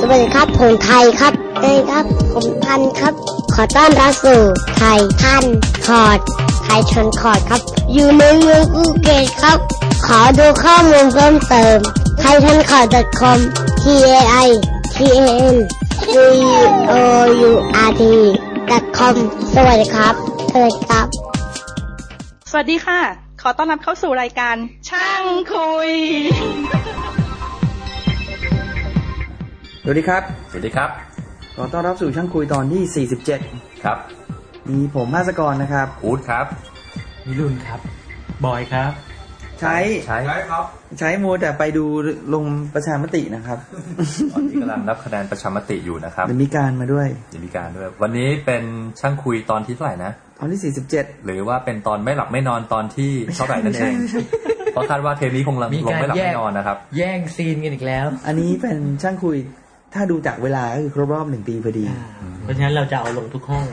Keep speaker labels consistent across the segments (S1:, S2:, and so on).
S1: สวัสดีครับ ผมไทยครับเอ้ยครับ ผมทันครับ ขอต้อนรับสู่ไทยทันคอร์ดไทยชนคอร์ดครับ อยู่ในเมืองอูเกตครับ ขอดูข้อมูลเพิ่มเติมไทยทันคอร์ด .com t a i t a n c o u r t .com สวัสดีครับสวัสดีครับ
S2: สวัสดีค่ะ ขอต้อนรับเข้าสู่รายการ ช่างคุย
S3: สวัสดีครับ
S4: สวัสดีครับ
S3: ขอต้อนรับสู่ช่างคุยตอนที่ 47
S4: ครับ
S3: มีผมภาสกรนะครับ
S4: อูดครับ
S5: มิรุนครับ บอยครับ
S3: ใช้
S4: ใช้ครับ
S3: ใช้มูแต่ไปดูลงประชามตินะครับ
S4: ตอนนี้กำลังนับคะแนนประชามติอยู่นะครับ
S3: เดี๋ยวมีการมาด้วย
S4: เดี๋ยวมีการด้วย วันนี้เป็นช่างคุยตอนที่เท่าไหร่นะ
S3: ตอนที่ 47
S4: หรือว่าเป็นตอนไม่หลับไม่นอนตอนที่เท่าไหร่นั่นเอง
S3: ไม่ใช่
S4: เพราะคาดว่าเทปนี้คงลง
S5: มี
S4: ลง
S5: การ
S4: ไม่หลับ
S5: แยก
S4: ไม่นอนนะครับ
S5: แย่งซีนกันอีกแล้ว
S3: อันนี้เป็นช่างคุย ถ้าดูจากเวลาก็คือครบรอบหนึ่งปีพอดี
S6: เพราะฉะนั้นเราจะเอาลงทุกห้อง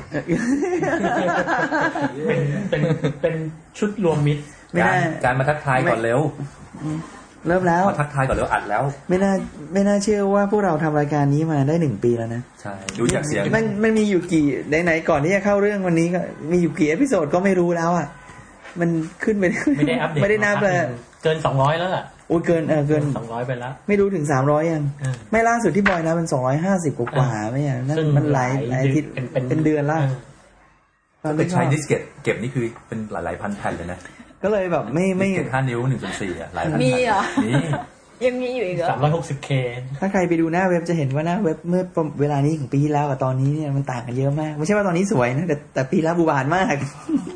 S6: เป็นเป็นเป็นชุดรวมมิตร
S3: ไม่
S4: การ
S3: น่า
S4: การมาทักทายก่อนเร็ว
S3: เริ่มแล้ว
S4: มาทักทายก่อนเร็วอัดแล้ว
S3: ไม่น่าไม่น่าเชื่อว่าพวกเราทำรายการนี้มาได้หนึ่งปีแล้วนะ
S4: ใช่ ดูจากเสียง
S3: มันมันมีอยู่กี่ไหนๆก่อนที่จะเข้าเรื่องวันนี้ก็มีอยู่กี่เอพิโซดก็ไม่รู้แล้วอ่ะ มันขึ้นไป
S6: ไม่ได้อัปเดต
S3: ไม่ได้นับเลย
S6: เกินสองร้อยแล้วล่ะ
S3: โอ้ยเกินเออเกิน
S6: สองร้อยไปแล้ว
S3: ไม่รู้ถึงสามร้อยยัง
S6: เออ
S3: ไม่ล่าสุดที่บอยนะมันสองร้อยห้าสิบกว่า
S6: อ่า
S3: ๆไม่อ่ะนั่น
S6: ซึ่ง
S3: มันหลายหลายอาทิตย์
S6: เป็น
S3: เป็นเดือนละตอน
S4: ไป
S3: นี้
S4: ใช้ดิสเกตเก็บนี่คือเป็นหลายๆพันแผ่นเลยนะ
S3: ก็เลยแบบไม่ไม่
S4: ดิสเกตห้านิ้วหนึ่งเป็นสี่อะหลายพัน
S7: มี
S4: แผ่น
S7: เหรอ
S4: มี
S7: ยังมีอยู่อีกเหรอ
S6: สามร้อยหกสิบเค
S3: ถ้าใครไปดูหน้าเว็บจะเห็นว่าหน้าเว็บเมื่อเวลานี้ของปีที่แล้วกับตอนนี้เนี่ยมันต่างกันเยอะมาก ไม่ใช่ว่าตอนนี้สวยนะแต่แต่ปีแล้วบูบานมาก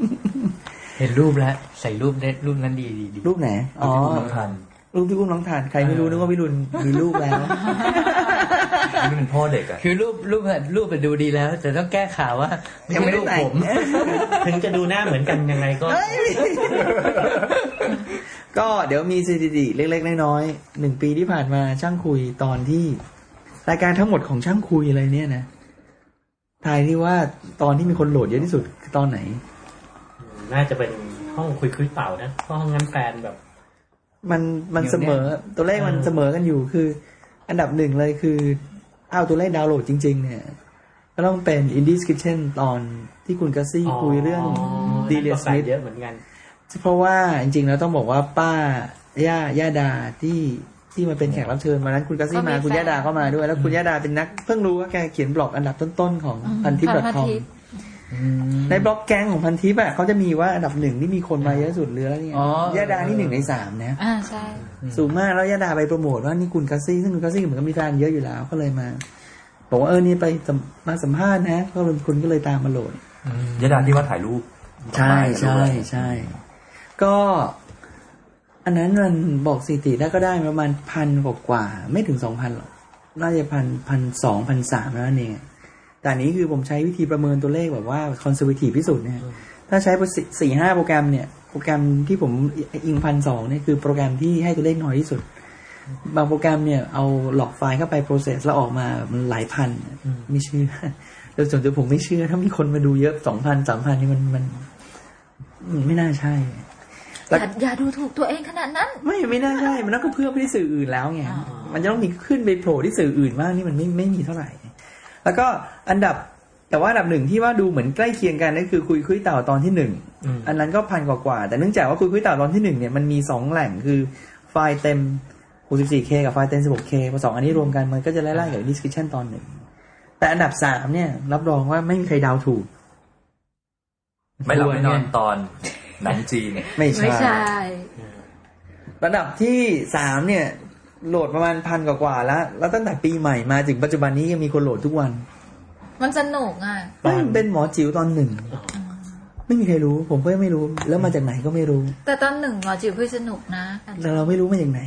S5: เห็นรูปแล้ว ใส่รูปได้รูปนั้นดีดีดี
S3: รูปไหน อ๋อ
S4: สำคัญ
S3: รูปที่อุ้มน้องทานใครไม่รู้นึกว่าวิรุณมีรูปแล้ว
S4: อันนี่เป็นพ่อเด็กอะ
S5: คือรูปรูปอะรูปมันดูดีแล้ว แต่ต้องแก้ข่าวว่า
S3: ยังไม่ได้
S5: รูป
S3: แต่ง
S5: ผม
S6: ถึงจะดูหน้าเหมือนกันยังไงก็
S3: ก็เดี๋ยวมีสถิติเล็ก ๆ น้อยๆหนึ่งปีที่ผ่านมาช่างคุยตอนที่ รายการทั้งหมดของช่างคุยอะไรเนี่ยนะทายที่ว่าตอนที่มีคนโหลดเยอะที่สุดคือตอนไหน
S6: น่าจะเป็นห้องคุยคุยเปล่านะเพราะห้องนั้นแฟนแบบ
S3: มันมัน
S5: เดี๋ยว
S3: เส
S5: เนี่
S3: ม
S5: ย
S3: อตัวเลขมัน
S6: เออ
S3: เสมอกันอยู่คือ อันดับหนึ่งเลยคือเอาตัวเลขดาวน์โหลดจริง ๆ เนี่ย ก็ต้องเป็น In This Kitchen ตอนที่คุณกัสซี่คุยเรื่อง
S6: ดีเล
S3: Delia
S6: ส
S3: Smith
S6: เยอะเหมือนกัน
S3: เพราะว่าจริงๆแล้วต้องบอกว่าป้าย่าย่าดาที่ที่มาเป็นแขกรับเชิญวันนั้นคุณกัสซี่มาคุณย่าดาก็มาด้วย แล้วคุณย่าดาเป็นนักเพิ่งรู้ว่าแกเขียนบล็อกอันดับต้นๆของพันทิปดอทคอมในบล็อกแกงของพันทิปอ่ะเขาจะมีว่าอันดับหนึ่งที่มีคนมาเยอะสุดเรือแล้วเนี่ย
S5: อ๋อ
S3: ย่าดานี่หนึ่งในสามนะ
S7: อ่าใช่
S3: สูงมากแล้วย่าดาไปโปรโมทว่านี่คุณกัสซี่ซึ่งคุณกัสซี่เหมือนกับมีแฟนเยอะอยู่แล้วก็เลยมาบอกว่าเออนี่ไปสัมมาสัมภาษณ์นะก็เลยคุณก็เลยตามมาโหลด
S4: ยาดาที่ว่าถ่ายรูป
S3: ใช่ใช่ใช่ ก็ อันนั้นมันบอกสถิติได้ก็ได้ประมาณพันกว่ากว่าๆไม่ถึงสองพันหรอกน่าจะพันพันสองพันสามแล้วนั่นเองแต่อันนี้คือผมใช้วิธีประเมินตัวเลขแบบว่าคอนเซอร์วทีฟที่สุดนะฮะถ้าใช้สี่ห้าโปรแกรมเนี่ย โปรแกรมที่ผมอิงพันสองเนี่ยคือโปรแกรมที่ให้ตัวเลขน้อยที่สุด บางโปรแกรมเนี่ยเอาหลอกไฟล์เข้าไปโปรเซสแล้วออกมามันหลายพันไม่เชื่อ โดยส่วนตัวผมไม่เชื่อ ถ้ามีคนมาดูเยอะสองพันสามพันนี่มันมัน อืมไม่น่าใช่
S7: อย่าอย่าดูถูกตัวเองขนาดนั้น
S3: ไม่ไม่น่าใช่ มันต้องก็เพื่อไปที่สื่ออื่นแล้วไง
S7: อ๋อ
S3: มันจะต้องมีขึ้นไปโผล่ที่สื่ออื่นบ้างนี่มันไม่ไม่มีเท่าไหร่ แล้วก็อันดับแต่ว่าอันดับหนึ่งที่ว่าดูเหมือนใกล้เคียงกันนั่นคือคุยคุยเต่าตอนที่หนึ่ง
S6: อืม
S3: อันนั้นก็พันกว่ากว่าๆแต่เนื่องจากว่าคุยคุยเต่าตอนที่หนึ่งเนี่ยมันมีสองแหล่งคือไฟล์เต็ม 64K กับไฟล์เต็ม 16K พอสองอันนี้รวมกันมันก็จะไล่ๆกับ description ตอนหนึ่งแต่อันดับสามเนี่ย รับรองว่าไม่มีใครเดาวถูก
S4: ไม่หลับไม่นอนตอนหนังจีน
S3: ไม่
S7: ไม่
S3: ใช่
S7: ใช่
S3: ระดับที่สามเนี่ย โหลดประมาณพันกว่าๆแล้ว แล้วตั้งแต่ปีใหม่มาถึงปัจจุบันนี้ยังมีคนโหลดทุกวัน
S7: มันสนุกอ่ะ
S6: ตอน
S3: เฮ้ยเป็นหมอจิ๋วตอนหนึ่งไม่มีใครรู้ ผมก็ไม่รู้ แล้วมาจากไหนก็ไม่รู้
S7: แต่ตอนหนึ่งหมอจิ๋วเพื่อสนุกนะ
S3: แต่เราไม่รู้มาจากไหน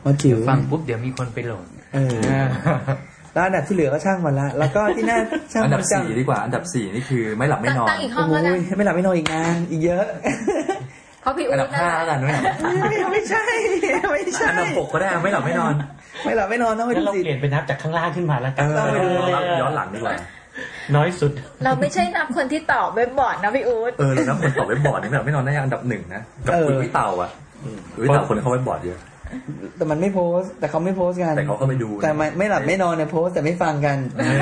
S3: หมอจิ๋ว
S5: ฟังปุ๊บเดี๋ยวมีคนไปโหลด
S3: เออแล้วอันดับที่เหลือก็ช่างมันละ แล้วก็ที่น่าช่าง
S4: อันดับ
S3: มันจัง
S4: สี่ดีกว่า อันดับสี่นี่คือไม่หลับไม่
S7: ตั้ง
S4: นอน
S7: ตั้งอีกห้
S3: โอ้
S7: อง
S3: โห
S7: แล้วกัน
S3: ไม่หลับไม่นอนอีกนานอีก เยอะ
S7: เพราะพี่
S4: อั
S7: อุ้
S4: น
S7: ย
S4: ดับ
S7: นะ
S4: ห้าแล้วกันไม่หลับ
S3: ไม่ใช่ ไม่ใช่
S4: อันดับหกก็ได้ไม่หลับไม่นอน
S3: ไม่หลับไม่นอนต้องไป
S6: งั้
S3: ดู
S6: นเรา
S3: สิ
S6: เปลี่ยนไปนับจากข้างล่างขึ้นมาแล้วกัน
S3: เออ
S4: เราย้อนหลังดีกว่า
S6: น้อยสุด
S7: เราไม่ใช่นับคนที่ตอบเว็บบอร์ดนะพี่อุ้ย
S4: เออแล้วนะคนตอบเว็บบอร์ดนี่ไม่หลับไม่นอนน่าจะอันดับหนึ่งนะ กับ
S3: เออ
S4: คุยวิเต่าอ่ะคุยวิเต่าคนเข้าเว็บบอร์ดเยอะ
S3: แต่มันไม่โพสต์แต่เขาไม่โพสต์กัน
S4: แต่เขาเข้าไปดูนะ
S3: แต่ไม่ไม่หลับไม่นอนเนี่ยโพสต์แต่ไม่ฟังกัน
S4: เออ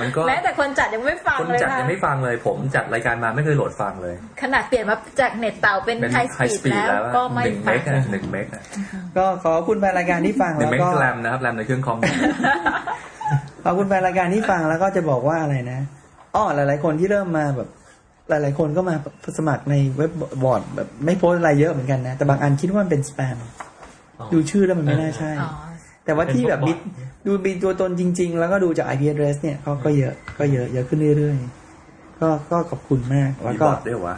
S4: มันก็
S7: แม้แต่คนจัดยังไม่ฟัง
S4: คน
S7: เลย
S4: จัด
S7: ค่ะ
S4: ยังไม่ฟังเลย ผมจัดรายการมาไม่เคยโหลดฟังเลย
S7: ขนาดเปลี่ยนมาจากเน็ตเต่าเป็น
S4: เป็น
S7: ไฮส
S4: ไฮสปี
S7: ปีด
S4: ด
S7: แล้
S4: แล้ว วอะ
S7: ก็ไม่
S4: หนึ่งเม
S7: ฟัง
S4: กอะหนึ่งเมกอะ
S3: ก็ขอบคุณแฟนรายการที่ฟัง
S4: หนึ่
S3: แล้ว
S4: งเมก
S3: ก็
S4: แรมนะครับแรมในเครื่องคอม
S3: ขอบคุณแฟนรายการที่ฟังแล้วก็จะบอกว่าอะไรนะอ้อหลาย ๆ คนที่เริ่มมาแบบ หลาย ๆ คนก็มาสมัครในเว็บบอร์ดแบบไม่โพสต์อะไรเยอะเหมือนกันนะแต่บางอันคิดว่ามันเป็นสแปมดูชื่อแล้วมันไม่น่าใช่
S7: อ๋อ
S3: แต่ว่าที่แบบ
S6: เป็นพวก
S3: บิด
S6: บอท
S3: ดูบิดตัวตนจริง ๆ แล้วก็ดูจาก IP address เนี่ยก็ก็เยอะก็เยอะเยอะขึ้นเรื่อยๆก็ก็ขอบคุณมากแล้ว
S4: มี
S3: ก็
S4: บอทด้วยเหรอวะ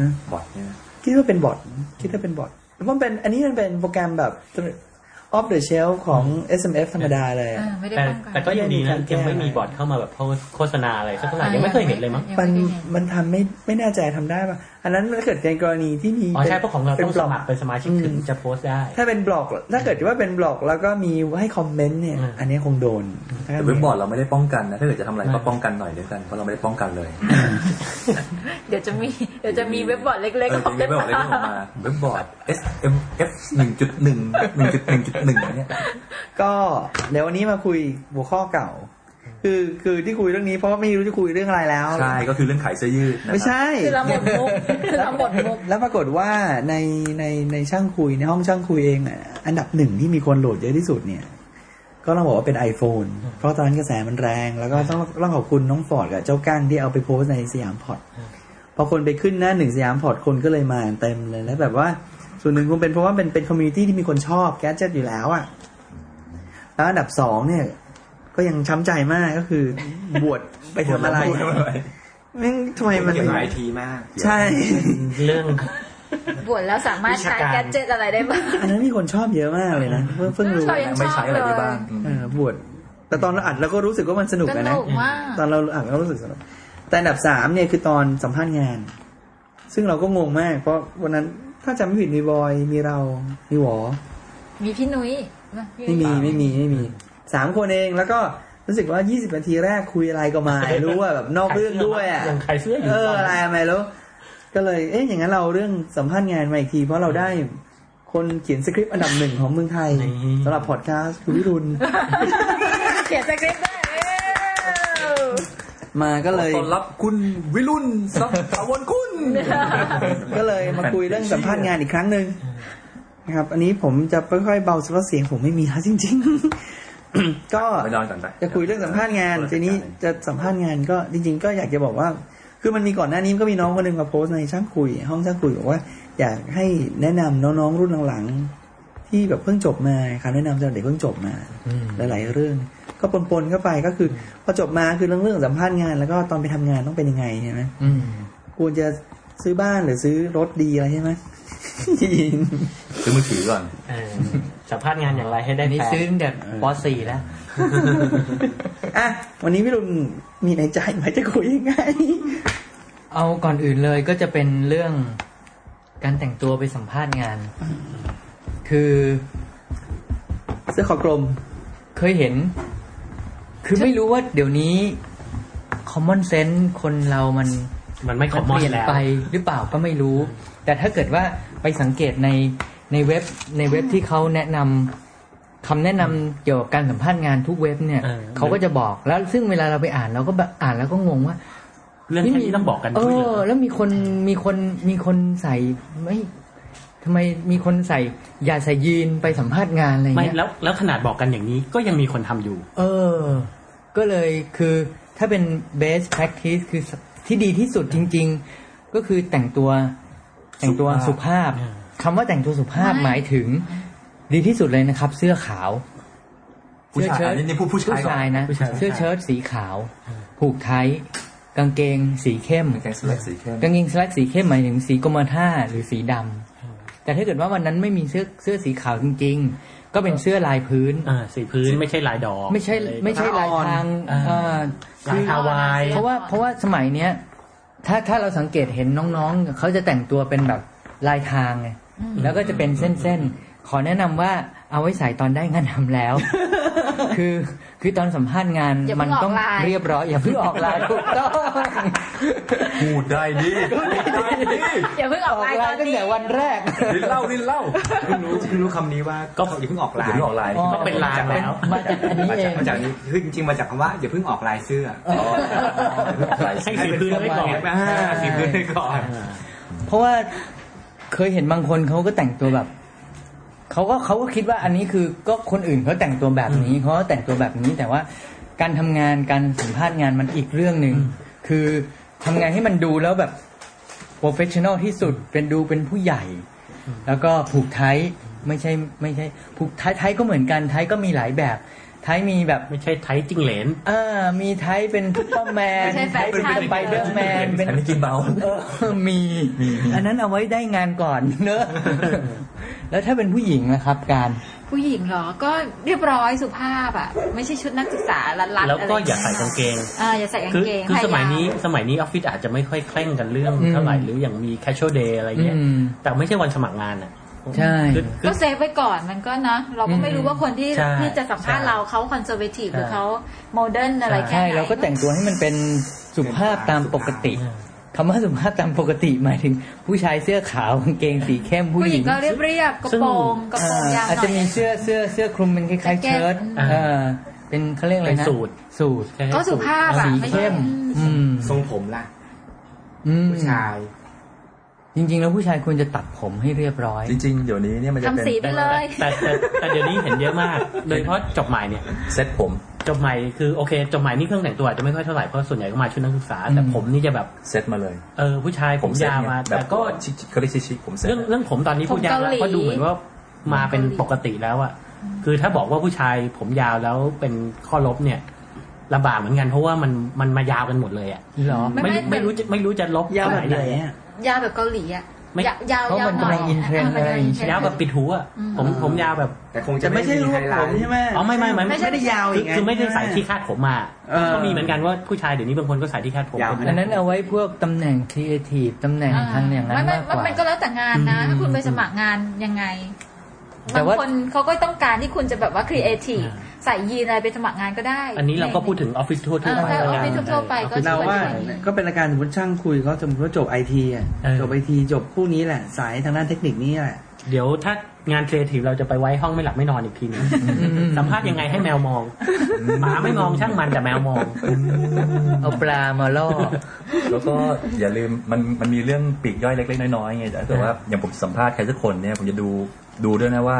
S3: ฮะ
S4: บอทเนี่ย
S3: คิดว่าเป็นบอทคิดว่าเป็นบอทแต่ว่าเป็นอันนี้มันเป็นโปรแกรมแบบ off the shelf ของ SMF ธรรมดาเลย
S7: เอ
S3: อะ
S7: อไม่ได้
S6: แต่
S7: ฟังกัน
S6: แต่ก็ยังดีนะ
S3: ไม่มีการแก้
S6: ยังไม่มีบอทเข้ามาแบบโฆษณาอะไรสักเท่าไหร่ยังไม่เคยเห็นเลยมั้ง
S3: มัน
S7: ไเคยเห็น
S3: มันทำไม่ไม่แน่ใจทำได้ป่ะ อันนั้นมันเกิดในกรณีที่มี
S6: อ๋อใช่เพราะของเรา
S3: ป็น
S6: ต้องสมัครเป็นสมาชิกถึงจะโพสต์ได้
S3: ถ้าเป็นบล็อก ถ้าเกิดว่าเป็นบล็อกแล้วก็มีให้คอมเมนต์เนี่ย
S6: อืม
S3: อันนี้คงโดนถ้า
S4: แต่เว็บบอร์ดเราไม่ได้ป้องกันนะ ถ้าเกิดจะทำอะไรก็ป้องกันหน่อยด้วยกันเพราะเราไม่ได้ป้องกัน เลย
S7: เดี๋ยวจะมีเดี๋ยวจะมีเว็บบอร์ดเล็ก
S4: เอ
S7: ๆ
S4: อ
S7: ออก
S4: จริงๆเว็บบอร์ดเล็กๆออกมาเว็บบอร์ด S M F หนึ่งจุดหนึ่งหนึ่งจุดหนึ่งจุดหนึ่งเนี่ย
S3: ก็เดี๋ยววันนี้มาคุยหัวข้อเก่า คือคือที่คุยเรื่องนี้เพราะไม่รู้จะคุยเรื่องอะไรแล้ว
S4: ใช่ก็คือเรื่องขายเสื้อยืดนะครับ
S3: ไม่ใช่
S7: คือเราหมดมุกคือเราหมดมุก
S3: แล้วปรากฏว่าในในในช่างคุยในห้องช่างคุยเองอ่ะอันดับหนึ่งที่มีคนโหลดเยอะที่สุดเนี่ย ก็ต้องบอกว่าเป็น iPhone เพราะตอนนั้นกระแสมันแรงแล้วก็ต้องต้องขอบคุณน้องฟอร์ดกับเจ้าก้างที่เอาไปโพสต์ในสยามพอร์ตพอคนไปขึ้นหน้าหนึ่งสยามพอร์ตคนก็เลยมาเต็มเลยแล้วแบบว่าส่วนหนึ่งคงเป็นเพราะว่าเป็นเป็นคอมมูนิตี้ที่มีคนชอบแก๊สเจ็ตอยู่แล้วอ่ะแล้วอันดับสองเนี่ย ก็ยังช้ำใจมากก็คือบ วชไปทำอะไรแม่งทำไมมัน
S8: เกี่ยวกับไอทีมาก
S3: ใช่
S6: เรื่อง
S7: บวชแล้วสามารถ
S6: วิ
S7: ใช้
S6: ชาการ
S7: แกดเจิตอะไรได้บ้าง
S3: อันนั้นมีคนชอบเยอะมากเลยนะเพิ่งเพิ่งรู้
S7: เรายัง
S4: ไม่ใช้อะไรได้บ้างอืม
S3: เออบวชแต่ตอนเราอัดเราก็รู้สึกว่ามันสนุก
S7: ส
S3: อะนะ
S7: นุกมาก
S3: ตอนเราอัดเราก็รู้สึกสนุกแต่อันดับสามเนี่ยคือตอนสัมภาษณ์งาน ซึ่งเราก็งงมาก เพราะวันนั้นถ้าจำไม่ผิดมีบอยมีเรามีหวอ
S7: มีพี่นุ้ยป่ะพี่
S3: ไม่
S7: นุ้ย
S3: มีไม่มีไม่มีสามคนเองแล้วก็รู้สึกว่า20นาทีแรกคุยอะไรก็ไมารู้ว่าแบบนอกเรื่องด้วยอะ
S6: ยังใครเสื้ออยู่
S3: เอออะไรอะไรแล้ว ก็เลยเอ๊ะอย่างนั้นเราเรื่องสัมภาษณ์งานมาอีกที เพราะเราได้คนเขียนสคริปต์อันดับหนึ่งของเมืองไทยสำหรับพอดแคสต์คุณวิรุณ
S7: เขียนสคริปต์ได้เอ้ย
S3: มาก็เลย
S4: ต้อนรับคุณวิรุณสับถาวรคุณ
S3: ก็เลยมาคุยเรื่องสัมภาษณ์งานอีกครั้งหนึ่งนะครับ อันนี้ผมจะค่อยๆเบาเพราะเสียงผมไม่มีฮะจริง ๆ ก็
S4: ไปนอนก่อนไป
S3: จะคุยเรื่องสัมภาษณ์งานทีนี้จะสัมภาษณ์งานก็จริง ๆ ก็อยากจะบอกว่า คือมันมีก่อนหน้านี้ก็มีน้องคนหนึ่งมาโพสต์ในช่างคุย ห้องช่างคุยบอกว่า อยากให้แนะนำน้องๆรุ่นหลังๆที่แบบเพิ่งจบมาคำแนะนำสำหรับเด็กเพิ่งจบมา หลายๆเรื่อง ก็ปนๆเข้าไปก็คือพอจบมาคือเรื่องเรื่องสัมภาษณ์งาน แล้วก็ตอนไปทำงานต้องเป็นยังไงใช่ไหม
S5: อืม
S3: ควรจะซื้อบ้านหรือซื้อรถดีอะไรใช่ไหม
S4: ซื้อมือถือก่อน
S6: เออสัมภาษณ์งานอย่างไรให้ได้
S5: อันนี้
S6: แฟ
S5: ซื้อน ตั้งแต่ป .4 แล้ว
S3: อ่ะ วันนี้พี่รุนมีในใจไหมจะคุยยังไง
S5: เอาก่อนอื่นเลยก็จะเป็นเรื่องการแต่งตัวไปสัมภาษณ์งาน คือ
S3: เสื้อขอกลม
S5: เคยเห็น คือไม่รู้ว่าเดี๋ยวนี้ common sense คนเรามัน
S6: มันไม่คอมมอน
S5: เปลี่ยน
S6: แล้ว
S5: ไปหรือเปล่าก็ไม่รู้ แต่ถ้าเกิดว่าไปสังเกตในในเว็บในเว็บที่เขาแนะนำคำแนะนำเกี่ยวกับการสัมภาษณ์งานทุกเว็บเนี่ยเขาก็จะบอกแล้วซึ่งเวลาเราไปอ่านเราก็แบบอ่านแล้วก็งงว่า
S6: เรื่องแค่นี้ต้องบอกกัน
S5: เอ
S6: ด้วยเหร
S5: อ
S6: อ
S5: แล้วมีคนมีคนมีคนใส่ไม่ทำไมมีคนใส่อย่าใส่ยีนไปสัมภาษณ์งานอะไร
S6: ไม่
S5: เงี้ย
S6: แล้วแล้วขนาดบอกกันอย่างนี้ก็ยังมีคนทำอยู่
S5: เออ ก็เลยคือถ้าเป็น best practice คือที่ดีที่สุดจริง ๆ ก็คือแต่งตัวแต่งตัวสุภาพ
S6: อืม
S5: คำว่าแต่งตัวสุภาพหมายถึง ดีที่สุดเลยนะครับ เสื้อขาว
S4: ผู้ชาย
S5: เสื้อ
S4: อัน
S5: เชิ้
S4: นี้
S5: ต
S4: นี่พูดผู้ชา
S5: ผู้
S4: ยก่อน
S5: ชายนะ
S6: ผู้ชาย
S5: เสื้อเชิ้ตสีขาว ผูกไทยกางเกงสีเข้ม
S4: แกงสลัดสีเข้ม
S5: กางเกงสแลกสีเข้มหมายถึงสีกรมท่าหรือสีดำแต่ถ้าเกิดว่าวันนั้นไม่มีเสื้อเสื้อสีขาวจริง ๆ ก็เป็นเสื้อลายพื้น
S6: อ่าสีพื้นไม่ใช่ลายดอก
S5: ไม่ใช่
S6: อะร
S5: ไม่ใช่ลายทาง
S6: อ่า
S5: เอ่อ
S6: ลายฮาวาย
S5: เพราะว่าเพราะว่าสมัยเนี้ยถ้าถ้าเราสังเกตเห็นน้องๆ เขาจะแต่งตัวเป็นแบบลายทางไงแล้วก็จะเป็นเส้นๆ ขอแนะนำว่า เอาไว้ใส่ตอนได้งานทำ แล้ว คือคือตอนสัมภาษณ์งาน
S7: อย่าเพิ่
S5: มั
S7: ง
S5: ต้อง
S7: ออกไลน์
S5: เรียบร้อยอย่าเพิ่งออกไลน์ถูกต้อง
S4: พูดได้ดีพูดได้ดี
S7: อย่าเพิ่งอ
S5: อ
S7: อก
S5: อก
S7: ไลน์ต
S5: ไล
S7: อน
S5: น์ตั้ง
S7: นี้
S5: แต่วันแรก
S4: ลิ้นเล่าลิ้นเล่า
S8: เพิ่งรู้เพิ่งรู้คำนี้ว่าก็อย่าเพิ่งออกลา
S4: เดี๋ยวยนี้ออกไลน์
S5: อ๋อ
S8: ก็เป็นลางแล้ว
S5: มาจากอันนี้
S8: มา
S5: เอ
S8: จากมา
S5: ง
S8: จากนี้คือจริงๆมาจากคำว่าอย่าเพิ่งออกลายเสื้อ
S4: อ๋อเดี๋ยวนี้ออกไลน์
S6: ให้สีพื้นไว้ก่อน
S8: แบบาสีพื้นไปก่อน
S5: เพราะว่าเคยเห็นบางคนเขาก็แต่งตัวแบบเขาก็เขาก็คิดว่าอันนี้คือก็คนอื่นเขาแต่งตัวแบบนี้เขาก็แต่งตัวแบบนี้แต่ว่าการทำงานการสัมภาษณ์งานมันอีกเรื่องหนึ่งคือทำงานให้มันดูแล้วแบบโปรเฟชชั่นอลที่สุดเป็นดูเป็นผู้ใหญ่ แล้วก็ผูกไทยไม่ใช่ไม่ใช่ผูกไทยไทยก็เหมือนกันไทยก็มีหลายแบบไทยมีแบบ
S6: ไม่ใช่ไทยจิ้งเหลน
S5: เออมีไทยเป็นซุปเปอร์แมน
S7: ไม่ใช่แฟ
S5: เป็น
S7: ชั่น
S5: สไปเดอร์แมนเป็น
S4: อันนี้กินเบา
S5: เออ มี
S4: มีมี
S5: อันนั้นเอาไว้ได้งานก่อน เนอะแล้วถ้าเป็นผู้หญิงนะครับการ
S7: ผู้หญิงเหรอ ก็เรียบร้อยสุภาพอ่ะ ไม่ใช่ชุดนักศึกษาลัด ๆ
S6: แล้วก็อย่าใส่
S7: ะไร
S6: กางเกง
S7: อ่าอย่าใส่กาง
S6: คือ
S7: เกง
S6: คือ
S7: ผ้า
S6: สมัยนี้
S7: ว
S6: สมัยนี้ออฟฟิศอาจจะไม่ค่อยเคร่งกันเรื่อง
S5: อืม
S6: เท่าไหร่หรืออย่างมี casual day อะไรเงี้ย
S5: อืม
S6: แต่ไม่ใช่วันสมัครงานอ่ะ
S5: ใช่
S6: คือคือ
S7: ก็เซฟไว้ก่อนมันก็นะ เราก็ไม่รู้ว่าคนที่
S6: ใช่
S7: ที่จะสัมภาษณ์
S6: ใช่
S7: เราเขาคอนเซอร์เวทีฟ
S6: ใช่
S7: หรือเขาโมเดิร์นอะไรแค่
S5: ใช่
S7: ไหน
S5: เราก็แต่งตัวให้มันเป็นสุภาพตามปกติคำว่าสุภาพตามปกติหมายถึง ผู้ชายเสื้อขาวกางเกงสีเข้มผู้
S7: ผู้ห
S5: ห
S7: ญิ
S5: ญิ
S7: ง
S5: ง
S7: ก็เรียบเรียบๆกระโปรงกระโปร
S5: อ่าย
S7: งาวห
S5: อาจ
S7: น่
S5: จะ
S7: อย
S5: มีเสื้อเสื้อเสื้อคลุมเป็นคล้ายๆ
S7: แจ็คเก็ต
S5: เชิ้ต
S6: อ่า
S5: เออเป็นเขาเรียกอะไร
S6: เป็น
S5: นะ
S6: สูท
S5: สูท
S6: แค่
S7: ก็สุภาพอ่ะ
S5: สี
S7: ไม่ใช่
S5: เข้ม อืม
S8: ทรงผมล่ะ
S5: อืม
S8: ผู้ชาย
S5: จริงๆ แล้วผู้ชายควรจะตัดผมให้เรียบร้อย
S4: จริงๆ เดี๋ยวนี้เนี่ยมันจะเป็น
S7: ทำสีไปเลย
S6: แต่แต่แต่เดี๋ยวนี้เห็นเยอะมาก โดยเฉพาะจบใหม่เนี่ย
S4: เซ็ตผม
S6: จบใหม่คือโอเค จบใหม่นี่เครื่องแต่งตัวอาจจะไม่ค่อยเท่าไหร่เพราะส่วนใหญ่ก็มาชุดนักศึกษา แต่
S5: อืม
S6: ผมนี่จะแบบ
S4: เซ็ตมาเลย
S6: เออผู้ชายผม
S4: เซ็ต
S6: ยาว
S4: เนี่ย
S6: มา
S4: แบ
S6: แต่
S4: บ
S6: ก็
S4: ก็ชิคๆเขาเรียกชิคๆผมเซ็ต
S6: เรื่องเรื่องผมตอนนี้
S7: ผม
S6: พูดยากแล้ว
S7: เกา
S6: เพราะ
S7: หลี
S6: ดูเหมือนว่ามาเป็นปกติแล้วอ่ะคือถ้าบอกว่าผู้ชายผมยาวแล้วเป็นข้อลบเนี่ยลำบากเหมือนกันเพราะว่ามันมันมายาวกันหมดเลยอ่ะ
S5: เหรอ
S7: ไม่
S6: ไม่
S7: ไม่
S6: ไม่รู้จะไม่รู้จะลบ
S3: ยาวแบ
S6: ข
S3: บ
S6: นด
S3: ไห
S6: ไห
S3: น
S6: น
S3: อะ
S7: ยาวแบบเกาหลีอ่ะ
S6: ไม่
S7: ยาวยาว
S5: เพราะ
S7: ยาว
S5: มัน
S7: หน่อย
S5: กำลังอินเทรนด์
S7: มักำลังอิน
S5: อะไรอย่างงี้
S7: เทรน
S5: ใช่
S7: ด์
S5: ไห
S6: ยาวแบบปิดหูอ่ะ
S7: อืม
S6: ผมผมยาวแบบ
S8: แต่คงจะ
S3: แต่ไม่ใช่รวบ
S8: ไฮ
S3: ผ
S8: ไล
S3: ม
S8: ท์
S3: ใช่ไหม
S6: อ๋อไม่ไม่ไม่
S3: ไม่ได้ยาวอ
S6: คือ
S3: ย่างนั้น
S6: คือไม่ได้
S3: ช่ห
S6: ใส่ที่คาดผมมา
S3: เออ
S6: ก็มีเหมือนกันว่าผู้ชายเดี๋ยวนี้บางคนก็ใส่ที่คาดผม
S8: ยาว
S5: อันนั้นเอาไว้พวกตำแหน่งครีเอทีฟตำแหน่งทางอย่างนั้น
S7: ไม่
S5: มาก
S7: ไม่
S5: กว่า
S7: มันก็แล้วแต่งานนะ
S5: อืม
S7: ถ้าคุณไปสมัครงานยังไง
S5: แต่
S7: บาง
S5: ว่า
S7: คนเขาก็ต้องการที่คุณจะแบบว่าครีเอทีฟใส่ยีนอะไรไปสมัครงานก็ได้
S6: อันนี้เราก็พูดถึงออฟฟิศทั่วทั่ว
S7: อ่า
S6: ไป
S7: ใช่
S6: แล้ว
S7: ออฟ
S6: กัน
S7: ฟิศทั่วๆไปก็
S3: เราว่า
S7: สมัยนี้
S3: ก็เป็นรายการสมมติช่างคุยเขาสมมติว่าจบไอทีอ่ะจบไอทีจบพวกนี้แหละ สายทางด้านเทคนิคนี่แหละ
S6: เดี๋ยวถ้างานครีเอทีฟเราจะไปไว้ห้องไม่หลับไม่นอนอีกทีหนึงสัมภาษณ์ยังไงให้แมวมองหมาไม่มองช่างมันแต่แมวมอง
S5: เอาปลามาล่อ
S4: แล้วก็อย่าลืมมันมันมีเรื่องปลีกย่อยเล็กๆน้อยๆไงแต่ถ้าเกิดว่าอย่างผมสัมภาษณ์ใครสักคนเนี่ยผมจะดูดูด้วยนะว่า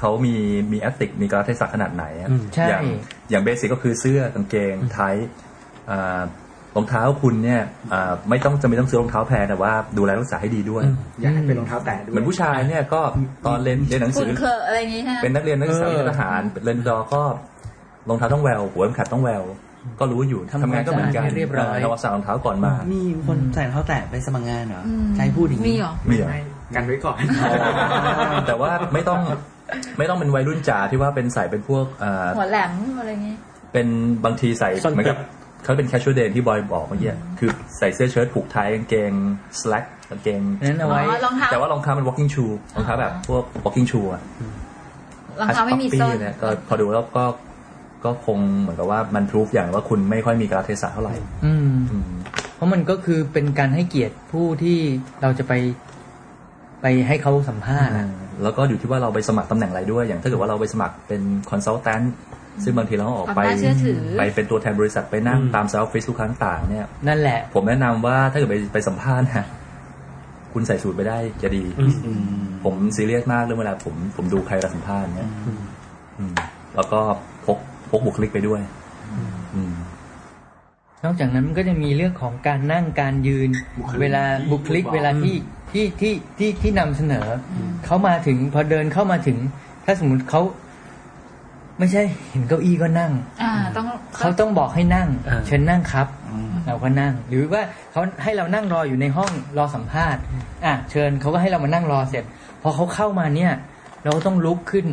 S4: เขามีมีแอติกมีกราฟเทศะขนาดไหนอะ
S6: อืม
S5: ใช่
S4: อย่างอย่างเบสิกก็คือเสื้อกางเกงไทท์อ่ารองเท้าคุณเนี่ยอ่าไม่ต้องจะไม่ต้องซื้อรองเท้าแพรแต่ว่าดูแลรักษาให้ดีด้วย
S8: อยากให้เป็นรองเท้าแตะด้
S4: เห
S8: ว
S4: มื
S8: ย
S4: อนผู้ชายเนี่ยก็ตอนเรียนเรียนหนัง
S7: คุ
S4: สื
S7: ณ
S4: อ
S7: เคอะอะไรอย่างงี้ฮะ
S4: เป็นนักเรียนนักศึกษา
S5: เออ
S4: เป็นทหารเรียนรอก็รองเท้าต้องแววหัวเข็มขัดต้องแววก็รู้อยู่
S5: ทำ
S4: ทำงานก็เหมือนกัน
S5: ให้เรียบร้อย
S4: เราสั่งรองเท้าก่อนมา
S3: มีคนใส่รองเท้าแตะไปสมัครงานเหรอ
S7: อืม
S3: ใช้พูดอย่างนี้
S7: มีเหรอ
S4: มีเหรอ
S8: กันไว้ก่อน
S4: แต่ว่าไม่ต้องไม่ต้องเป็นวัยรุ่นจ๋าที่ว่าเป็นใส่เป็นพวกเอ่อ
S7: หัวแหลมอะไรอย่างงี้
S4: เป็นบางทีใส่
S6: ส้น
S4: เหมือนกับ
S6: ตึก
S4: เขาเป็นแคชชวลเดย์ที่บอยบอกเมื่อกี้คือใส่เสื้อเชิ้ตผูกไทยกางเกงสแลกกางเกง
S5: อันนั้นเอาไว้
S7: อ๋อรองเท้า
S4: แต่ว่ารองเท้ามัน walking shoe รองเท้าแบบพวก walking shoe อะ
S7: รองเท้าไม่มี
S4: Hush
S7: ส้น
S4: Puppy เยก็พอดูแล้วก็ก็คงเหมือนกับว่ามันพรูฟอย่างว่าคุณไม่ค่อยมีการเทศะเท่าไหร่
S5: อืม
S4: อืม
S5: เพราะมันก็คือเป็นการให้เกียรติผู้ที่เราจะไป ไปให้เขาสัมภาษณ์อะ
S4: แล้วก็อยู่ที่ว่าเราไปสมัครตำแหน่งอะไรด้วย อย่างถ้าเกิดว่าเราไปสมัครเป็นคอนซัลแทนซึ่งบางทีเราต้องออกไป
S7: ความน่าเชื่อถือ
S4: ไปเป็นตัวแทนบริษัทไปนั่ง
S6: อืม
S4: ตามเซลล์ออฟฟิศทุกครั้งต่างเนี่ย
S5: นั่นแหละ
S4: ผมแนะนำว่าถ้าเกิดไปไปสัมภาษณ์นะคุณใส่สูทไปได้จะดี
S6: อืม
S4: ผมซีเรียสมากเรื่องเวลาผมผมดูใครเวลาสัมภาษณ์เนี่ยอืมแล้วก็พกพกบุคลิกไปด้วย อืม
S5: นอกจากนั้นมันก็จะมีเรื่องของการนั่งการยืน เวลาบุคลิกเวลาที่ที่ที่ที่ที่นำเสนออเขามาถึงพอเดินเข้ามาถึง ถ้าสมมติเขาไม่ใช่เห็นเก้าอี้ก็นั่ง
S7: อ่า ต้อง
S5: เขาต้องบอกให้นั่ง
S6: เออ
S5: เชิญนั่งครับ เราก็นั่ง หรือว่าเขาให้เรานั่งรออยู่ในห้องรอสัมภาษณ์ อ่ะเชิญเขาก็ให้เรามานั่งรอเสร็จ พอเขาเข้ามาเนี่ย เราก็ต้องลุกขึ้น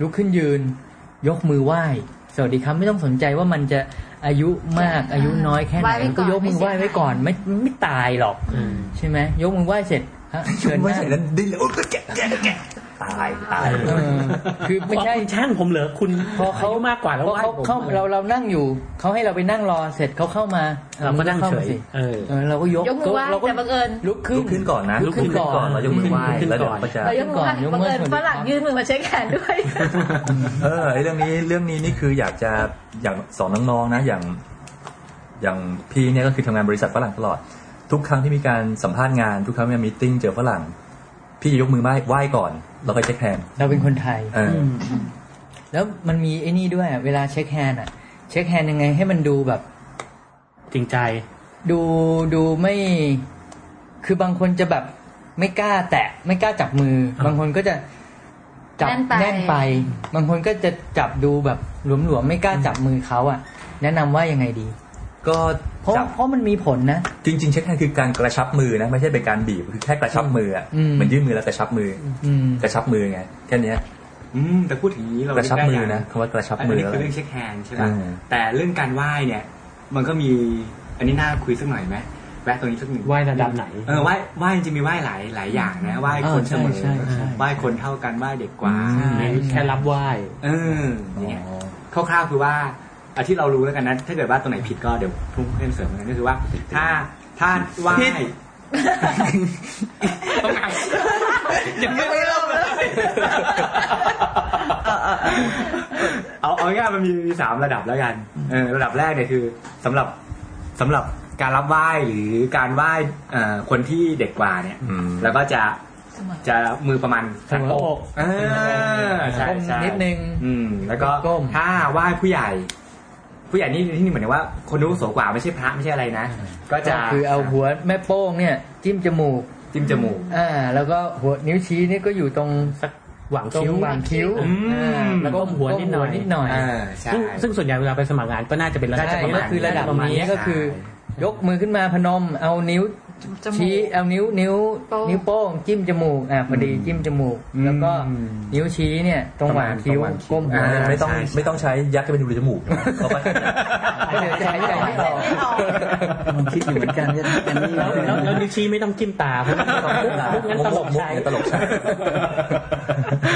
S5: ลุกขึ้นยืน ยกมือไหว้ สวัสดีครับไม่ต้องสนใจว่ามันจะอายุมากอายุน้อยแค่ไหนก็ยกมือไหว้ไว้ก่อนไม่ไม่ตายหรอก
S6: อืม
S5: ใช่ไหมยกมือไหว้เสร็จฮะเชิญ
S4: ไม่
S5: นั่ง
S4: ใช่นั้นดิ้นเลยโอ๊ยก็แกะแกะแกะ ตายตาย
S5: เออคือไม่ใช่
S6: เพราะคุณช่างผมเหรอคุณ
S5: พอเขา
S6: ยุมากกว่าแล้ว
S5: พอ เขา
S6: ว่ผม
S5: เขาเราเรานั่งอยู่ เขาให้เราไปนั่งรอเสร็จเขาเข้ามา
S6: เราก็นั่งเฉย
S5: ข้ามาสิ
S6: เออ
S5: เออเราก็ยก
S7: ยกมือไหว้
S5: เราก็
S7: แต่บังเอิญ
S5: ลุกขึ้น
S4: ลุกขึ้นก่อนนะ
S5: ลุกขึ้นก่อน
S4: เรายกมือไหว้
S6: ลุกขึ้นก่อน
S4: แล้วเดี๋ยวก็จะ
S7: เรายกมือไหว้
S5: ยก
S7: บั
S5: มือ
S7: งเอิญ
S5: สวัสดี
S7: ฝรั่ง
S5: ครับ
S7: ยื่นมือมาเช็คแขนด้วย
S4: เออไอเรื่องนี้เรื่องนี้นี่คืออยากจะอยากสอนน้องๆนะอย่าง อย่างพี่เนี่ยก็คือทำงานบริษัทฝรั่งตลอด ทุกครั้งที่มีการสัมภาษณ์งานทุกครั้งที่มีติ้งเจอฝรั่ง พี่จะยกมือไหว้ไหว้ก่อน แล้วก็เช็คแฮนด์
S5: เราเป็นคนไทย
S4: เอออ
S5: แล้วมันมีไอ้นี่ด้วยเวลาเช็คแฮนด์อ่ะ เช็คแฮนด์ยังไงให้มันดูแบบ
S6: จริงใจ
S5: ดูดูไม่ คือบางคนจะแบบไม่กล้าแตะไม่กล้าจับมือ บางคนก็จะจับ
S7: แน่นไป
S5: แน่นไป บางคนก็จะจับดูแบบหลวมๆไม่กล้าจับมือเขาอ่ะ แนะนำว่ายังไงดี
S4: ก็
S5: เพราะ
S4: จับ
S5: เพราะมันมีผลนะ
S4: จริง ๆ เช็คแฮนด์คือการกระชับมือนะไม่ใช่เป็นการบีบคือแค่กระชับมืออะ
S5: อืม
S4: มันยื่นมือแล้วกระชับมือ
S5: อืม
S4: กระชับมือไงแค่เนี้ย
S8: อืมแต่พูดถึงอย่างนี้เรา
S4: กระชับมือ
S8: ได้
S4: นะ
S8: ยัง
S4: คำว่ากระชับ
S8: อัน
S4: มือ
S8: นี้
S4: แล้ว
S8: คือเรื่องเช็คแฮนด์ใช่ไหม
S4: อืม
S8: แต่เรื่องการไหว้เนี่ย มันก็มีอันนี้น่าคุยสักหน่อยไหมแวะตรงนี้สักหนึ่ง
S6: ไหว้ระดับไหน
S8: เออไหว้ไหว้จริงๆมีไหว้หลายหลายอย่างนะไหว้คนเสมอ
S3: ใช่ใช่ใช่
S8: ไหว้คนเท่ากันไหว้เด็กกว่า
S5: ใช่
S6: แค่รับไหว้
S8: เอออย่างเงี้ย
S4: อ๋อ
S8: คร่าวๆคือว่าอาที่เรารู้แล้วกันนะถ้าเกิดว่าตรงไหนผิดก็เดี๋ยวเพิ่มเสริมกันก็คือว่า ถ้าถ้าไหว่ายังไม่ได้เล่าเลยเอาเอาง่ายๆมันมีมีสามระดับแล้วกันเออระดับแรกเนี่ยคือสำหรับสำหรับการรับไหว้หรือการไหว้เอ่อคนที่เด็กกว่าเนี่ย
S4: อืม
S8: แล้วก็จะ
S7: เสมอ
S8: จะมือประมาณ
S5: เสมออก
S8: เออใช่ใช่
S5: นิดนึง
S8: อืมแล้วก็
S5: ก้ม
S8: ถ้าไหว้ผู้ใหญ่ ผู้ใหญ่นี่ที่นี่เหมือนกับว่า คนรู้โสกว่าไม่ใช่พระไม่ใช่อะไรนะ ก็จะ
S5: ก็คือเอาหัวแม่โป้งเนี่ย จิ้มจมูก
S8: จิ้มจมูก
S5: อ่า แล้วก็หัวนิ้วชี้นี่ก็อยู่ตรง
S6: สักหว่าง
S5: ตรง
S6: คิ้ว
S5: วางคิ้ว
S8: อืม
S5: อ่า
S6: แล้วก็หัวนิดหน่อย
S5: นิดหน่อย
S8: อ่าใช่
S6: ซึ่งซึ่งส่วนใหญ่เวลาไปสมัครงานก็น่าจะเป็นระดับ
S5: ใช่
S6: ประมา
S5: ก็
S6: ณ
S5: คือระดับ
S6: ประมาณ
S5: นี้
S6: เนี้ย
S5: ก็คือ ยกมือขึ้นมาพนม เอานิ้ว
S7: จมูก
S5: ชี้เอานิ้วนิ้ว
S7: โป้ง
S5: นิ้วโป้งจิ้มจมูกอ่ะพอดีจิ้มจมูก
S8: อืม
S5: แล้วก็นิ้วชี้เนี่ย ตรงหว่างคิ้ว
S8: ตรงหว่างคิ้ว
S5: ก้มหัว
S8: อ่า
S4: ไม่ต้อง
S8: ใช่ใช่
S4: ไม่ต้องใช้ยัดเข้าไปดูรูจมูกนะเขาก็
S5: เพราะเดี๋ยวจะหายใจไม่ออก
S3: ลองคิดอยู่เหมือน กันจะทำอันนี้
S6: แล้วแล้วแล้วนิ้วชี้ไม่ต้องจิ้มตาเพราะมันตลกมุกนั้นตลกใช้
S4: มุกนั้นตลกใช้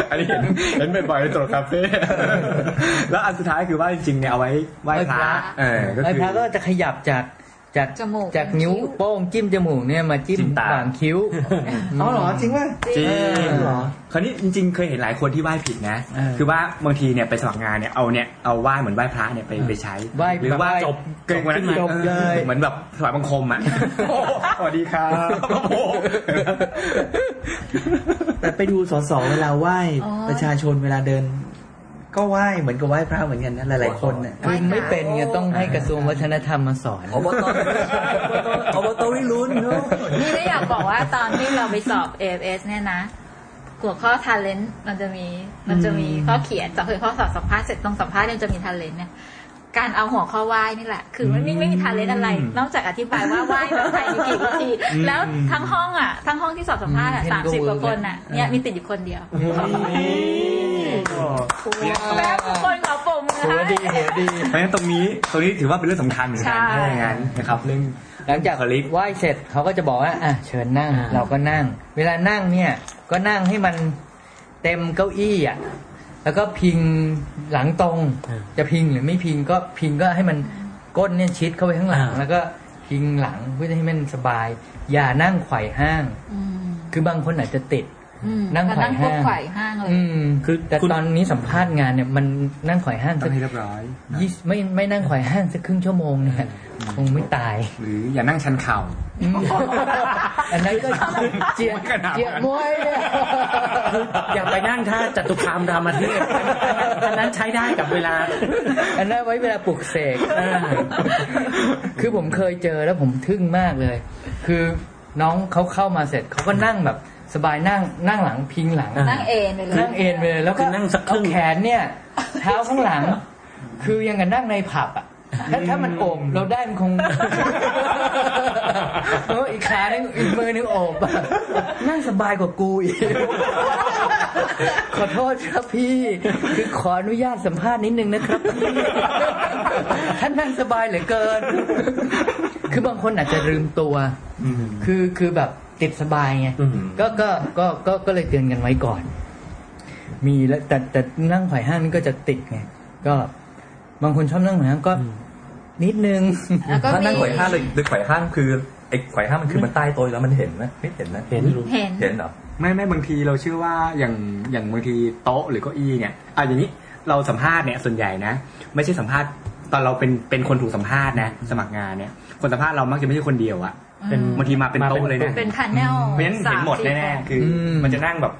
S8: อันนี้เห็นเห็นบ่อยๆในตรวจคาเฟ่แล้วอันสุดท้ายคือว่าจริงๆเนี่ยเอาไว้ไหว้พระเออก็
S5: ไอ้
S8: คือ
S5: พระก็จะขยับจากจาก
S7: จมูก
S5: จากนิ้ว
S7: นิ้ว
S5: โป้งจิ้มจมูกเนี่ยมาจิ้ม
S4: จิ้มตา
S5: หว่างคิ้ว
S3: อ๋อเหรอจริงป่ะ
S8: จริง
S3: เหรอ
S8: คราวนี้จริงๆ เคยเห็นหลายคนที่ไหว้ผิดนะ
S3: เออ
S8: คือว่าบางทีเนี่ยไปสมัครงานเนี่ยเอาเนี่ยเอาไหว้เหมือนไหว้พระเนี่ยไปไปใช้
S5: ไหว้
S8: หรือไหว่า
S5: ไหว้
S8: จบเกิดวันนั้น
S5: จบเลย
S8: เหมือนแบบถวายบังคมอ่ะสวัสดีครับ
S3: แต่ไปดูสสเวลาไหว้
S7: อ๋อ
S3: ประชาชนเวลาเดิน ก็ไหว้เหมือนกับไหว้พระเหมือนกันนะหลายๆคนเนี่ย
S5: คุณไม่เป็นไงต้องให้กระทรวงวัฒนธรรมมาสอน
S4: อบตอบตวิรุณเนอะ
S7: นี่ได้อยากบอกว่าตอนที่เราไปสอบ AFS เนี่ยนะ หัวข้อ talent มันจะมีมันจะมีข้อเขียนสอบคือข้อสอบสัมภาษณ์เสร็จตรงสัมภาษณ์เนี่ยจะมี talent เนี่ย การเอาหัวข้อไหว้นี่แหละ คือมันไม่ไม่มีทาเลนอะไร นอกจากอธิบาย ว่าไหว้แบบไทยมีกี่วิธี แล้วทั้งห้องอ่ะ ทั้งห้องที่สอบสัมภาษณ์อ่ะ
S5: อืม
S7: สามสิบ
S5: เห็น
S7: กว่า
S5: ก็เวิ
S7: ค
S5: ร์
S7: น
S5: ก
S7: อ่ะ
S5: นะ
S7: เนี่ยมีติดอยู่คนเดียว
S5: หั
S7: แป๊บทุกคนขอปมมือ
S5: ว
S7: ให้
S5: ดีหัวดี
S8: เพราะฉะนั้นตรงนี้ตรงนี้ถือว่าเป็นเรื่องสำคัญเหมือนกัน
S7: ใช่
S8: ถ้าอย่างนั้นนะครับเรื่อง
S5: หลังจาก
S8: คลิป
S5: ไหว้เสร็จเขาก็จะบอกว่า อ่ะเชิญนั่ง เราก็นั่ง เวลานั่งเนี่ย ก็นั่งให้มันเต็มเก้าอี้อ่ะแล้วก็พิงหลังตรง จะพิงหรือไม่พิงก็พิงก็ให้มันก้นเนี่ยชิดเข้าไปข้างหลัง
S6: อ่า
S5: แล้วก็พิงหลังเพื่อให้มันสบาย อย่านั่งไขว่ห้าง
S7: อืม
S5: คือบางคนอาจจะติด
S7: อืม
S5: นั่ง
S7: พอนั่ง
S5: ไขว่
S7: ปุ๊บ
S5: ห้าง
S7: ไขว่ห้างเลย
S5: อืม
S6: คือ
S5: แต่
S6: คุณ
S5: ตอนนี้สัมภาษณ์งานเนี่ยมันนั่งไขว่ห้าง
S8: ต้อ
S5: สั
S8: ง
S5: ก
S8: ให้เรียบร้อยนะ
S5: ยี่สิบไม่ไม่นั่งไขว่ห้างสักครึ่งชั่วโมงเนี่ยคงไม่ตาย
S8: หรืออย่านั่งชันเข่า
S5: อืมอันนั้นก็เจีย
S8: ไม่ขนาดนั้น
S5: เจียมวยเนี่ย
S6: อย่าไปนั่งท่าจตุคามรามเทพอันนั้นใช้ได้กับเวลา
S5: อันนั้นไว้เวลาปลุกเสก
S6: เออ
S5: คือผมเคยเจอแล้วผมทึ่งมากเลย คือน้องเขาเข้ามาเสร็จเขาก็นั่งแบบสบายนั่งนั่งหลังพิงหลัง
S7: นั่งเอนไปเลย
S5: นั่งเอ็นไปเลยแล้วก็
S6: คือนั่งสักครึ่ง
S5: เอาแขนเนี่ย เท้าข้างหลัง คือยังกับนั่งในผับอ่ะถ้าถ้ามันโอบเราได้มันคง เอออีกขาหนึงอีกมือหนึงโอบอะนั่งสบายกว่ากูอีก ขอโทษครับพี่ คือขออนุญาตสัมภาษณ์นิดนึงนะครับพี่ ท่านนั่งสบายเหลือเกิน คือบางคนอาจจะลืมตัว คือคือแบบติดสบายไง
S6: อืม
S5: ก็ก็ก็ก็ก็เลยเตือนกันไว้ก่อน มีแล้วแต่แต่นั่งไขว่ห้างนี่ก็จะติดไงก็บางคนชอบนั่งไขว่ห้างก็ นิดนึง
S7: แล้วก็
S4: ถ้า
S7: มี
S4: นั่งไขว่ห้างเลยหรือไขว่ห้างคือไอ้ไขว่ห้างมันคือมันใต้โต๊ะอยู่แล้วมันเห็นไหมไม่เห็นนะ
S6: เห็น
S7: เห็น
S4: เห็นเหรอ
S8: ไม่ไม่บางทีเราเชื่อว่าอย่างอย่างบางทีโต๊ะหรือเก้าอี้เนี่ยเอาอย่างนี้เราสัมภาษณ์เนี่ยส่วนใหญ่นะ ไม่ใช่สัมภาษณ์ตอนเราเป็นเป็นคนถูกสัมภาษณ์นะ สมัครงานเนี่ยคนสัมภาษณ์เรามักจะไม่ใช่คนเดียวอะ
S6: เป็น
S8: บางทีมาเป็นโต๊ะเลยนะ
S7: เป็นพาเนล
S8: เพราะฉะนั้นเห็นหมดแน่ๆคืออ
S5: ม
S8: มันจะนั่งแบบ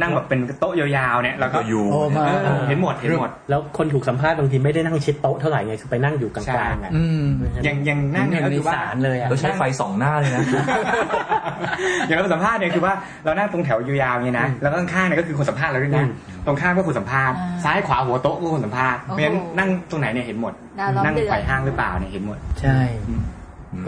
S8: นั่งแบบเป็นโต๊ะยาวๆเนี่ยแล้วก็
S4: อยู่
S5: โอ้มา
S8: เออเห็นหมดเห็นหมด
S6: แล้วคนถูกสัมภาษณ์บางทีไม่ได้นั่งชิดโต๊ะเท่าไหร่ไงคือไปนั่งอยู่กลา
S8: ใช่
S6: งๆอ่ะ
S5: อืม
S8: ยังยังนั่งเนี่ยก็คือว่า
S6: สารเลยอ่ะ
S4: แล้วใช้ไฟสองหน้าเลยนะ
S8: อย่างเราสัมภาษณ์เนี่ยคือว่าเรานั่งตรงแถวยาวๆเนี่ยนะแล้วก็ข้างๆเนี่ยก็คือคนสัมภาษณ์เราด้วยนะตรงข้างก็คนสัมภาษณ์ซ้ายขวาหัวโต๊ะก็คนสัมภาษณ์เพราะฉะนั้นนั่งตรงไหนเนี่ยเห็นหมด
S7: ดาวล้อม
S8: นั่ง
S7: เดือ
S8: ไป
S7: น
S8: ห้างหรือเปล่าเนี่ยเห็นหมด
S5: ใช่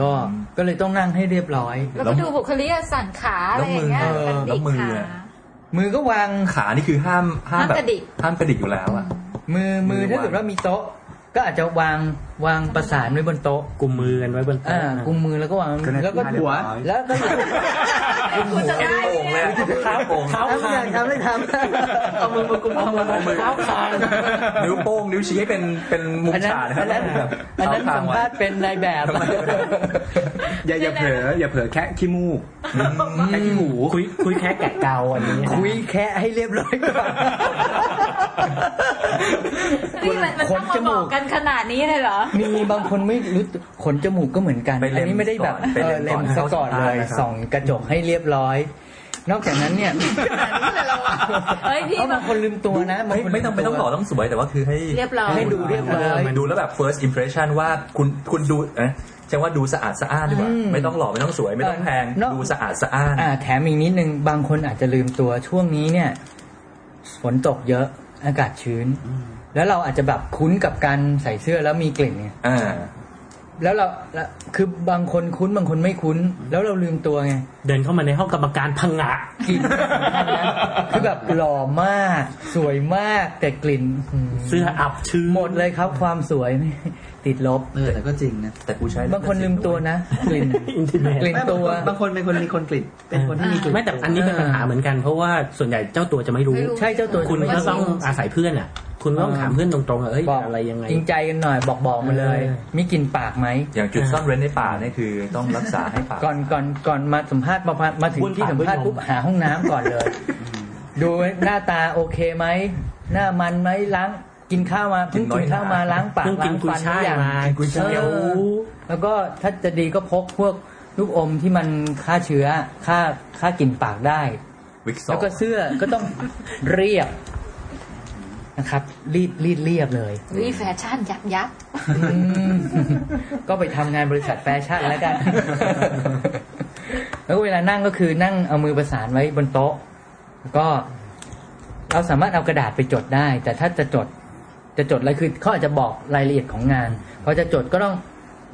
S5: ก็ก็เลยต้องนั่งให้เรียบร้อย
S7: แล้วก็ดูบุคลิกสั่นขาอะไรอย่างเงี้ย
S5: แล้วมือเออ
S7: กระดิก
S4: แล้วมืออะ
S7: ขา
S5: มือก็วาง
S4: ขานี่คือห้ามห้ามแบบ
S7: ห้ามกระดิก
S4: ห้ามกระดิกอยู่แล้วอะ
S5: มือ
S4: มื
S5: มื
S4: อ
S5: อถ้า
S4: าง
S5: วเกิดว่ามีโต๊ะ ก็อาจจะวางวางประสานไว้บนโต๊ะ
S6: กุมมือกันไว้บน
S5: อ่า
S6: โต๊ะ
S5: กุมมือแล้วก็วาง
S8: ก็น่าจะ
S5: แล้วก็หั
S8: เรีย
S5: ว
S8: บร้อย
S5: แล้วก็
S7: คุณจะได้
S4: โอ่ง
S7: เนี่ย
S4: เลยอะเท้าโอ่ง
S5: ทำอย่างทำเลยทำเอามือมากุมเอามือ
S4: มือ
S5: เท้าคาง
S4: นิ้วโป้งนิ้วชี้เป็นเป็นมุม
S5: อันนั้น
S4: ฉากนะค
S5: อั
S4: รับ
S5: นนั้นอันนั้น
S4: เท้
S5: สัม
S4: คง
S5: ภาษณ์เป็นนายแบบ
S8: อย่าอย่าเผลออย่าเผลอแค่ขี้มูกแค่ขี้หู
S6: คุยคุยแค่แกะเกาอันนี้
S5: คุยแค่ให้เรียบร้อยก่อน
S7: นี่มันมัน
S5: ข
S7: ต้อน งมา
S5: จมู
S7: บอ
S5: ก
S7: กกันขนาดนี้เลยเหรอ
S5: มีบางคนไม่รู้ขนจมูกก็เหมือนกัน
S4: ไป
S5: อั
S4: เล็
S5: น
S4: ม
S5: นี้ไม่ได้แบบ
S4: ก่อนไป
S5: เออ
S4: เล็
S5: เล็
S4: ม
S5: ม
S4: ก่
S5: ซะ
S4: อน
S5: ก่อน
S4: เข้า
S5: เลย
S4: สัมภาษณ์นะครับ
S5: ส่องกระจกให้เรียบร้อย นอกจากนั้นเนี่ย
S7: เฮ้ยพี่แบบ
S5: เอาาง
S7: บ
S5: คนลืมตัวนะบา
S4: ไม่
S5: คน
S4: ไม่ต้องไม่ต้องหล่อ
S5: ลื
S4: ต้องสวยแต่ว่าคือให้
S7: เรียบร้อย
S5: ให้ดูเรียบร้อย
S4: ดูแล้วแบบ first impression ว่าคุณคุณดูเอ๊ะใช่ว่าดูสะอาดสะอ้านดีกว่า
S5: อืม
S4: ไม่ต้องหล่อไม่ต้องสวยไม่ต้องแพง
S5: เนอะ
S4: ดูสะอาดสะอ้าน
S5: อ่าแถมอีกนิดนึงบางคนอาจจะลืมตัวช่วงนี้เนี่ยฝนตกเยอะอากาศชื้น แล้วเราอาจจะแบบคุ้นกับการใส่เสื้อแล้วมีกลิ่นไง
S4: อ่า
S5: แล้วเราแล้วคือบางคนคุ้นบางคนไม่คุ้น แล้วเราลืมตัวไง
S6: เดินเข้ามาในห้องกรรมการพังงะ
S5: กลิ่นคือแบบหล่อมาก สวยมากแต่กลิ่น
S6: เสื้ออับชื้น
S5: หมดเลยครับความสวยนี่ติดลบ
S3: เออแต่ก็จริงนะ
S4: แต่กูใช้
S5: บางคนลืมตัวนะ กลิ่น
S6: อินเทอร์เน็ต
S5: กลิ่นตัว
S3: บางคนเป็นคนมีคนกลิ่นเป็นคนที่มีกลิ่น
S6: ไม่แต่อันนี้เป็นปัญหาเหมือนกันเพราะว่าส่วนใหญ่เจ้าตัวจะไม่รู้
S7: ไม่รู้
S5: ใช่เจ้าตัว
S6: คุณ
S5: ไม่
S6: ก็
S5: รู้
S6: ต้องอาศัยเพื่อนอ่ะ คุณต้องถามเพื่อนตรงๆว่าเอ้ย
S5: บอก
S6: อะไรยังไง
S5: จริงใจกันหน่อยบอกบอกมาเลย
S6: เออ
S5: มีกลิ่นปากไหม
S4: อย่างจุดซ่อนเร้นในป่าเนี่ยคือต้องรักษาให้ป่า
S5: ก่อนก่อนก่อนมาสัมภาษณ์มามาถึง
S6: วุ่น
S5: ที่
S6: ปาก
S5: สัมภาษณ์
S6: วุ่นลม
S5: ปุ๊บหาห้องน้ำก่อนเลย ดูหน้าตาโอเคไหมหน้ามันไหมล้างกินข้าวมาเพิ่งกินข้าวมาล้างปาก
S6: เพิ่ง
S5: ล้า
S6: กิน
S5: ง
S6: กุย
S5: ฟันห
S6: ช่า
S5: รื
S6: ย
S5: อยัง
S6: มากินกุยช่าย
S5: เออ แล้วก็ถ้าจะดีก็พกพวกลูกอมที่มันฆ่าเชื้อฆ่าฆ่ากลิ่นปากได้
S4: วิกซอ
S5: แล้วก็เสื้อก็ต้อง เรียบนะครับ รีดรีดเรียบเลย
S7: วิแฟชั่นยับยับ
S5: อืมก็ไปทำงานบริษัทแฟชั่นแล้วกัน แล้วเวลานั่งก็คือนั่งเอามือประสานไว้บนโต๊ะ แล้วก็ เราสามารถเอากระดาษไปจดได้ แต่ถ้าจะจด จะจดอะไรคือเขาอาจจะบอกรายละเอียดของงานพอจะจดก็ต้อง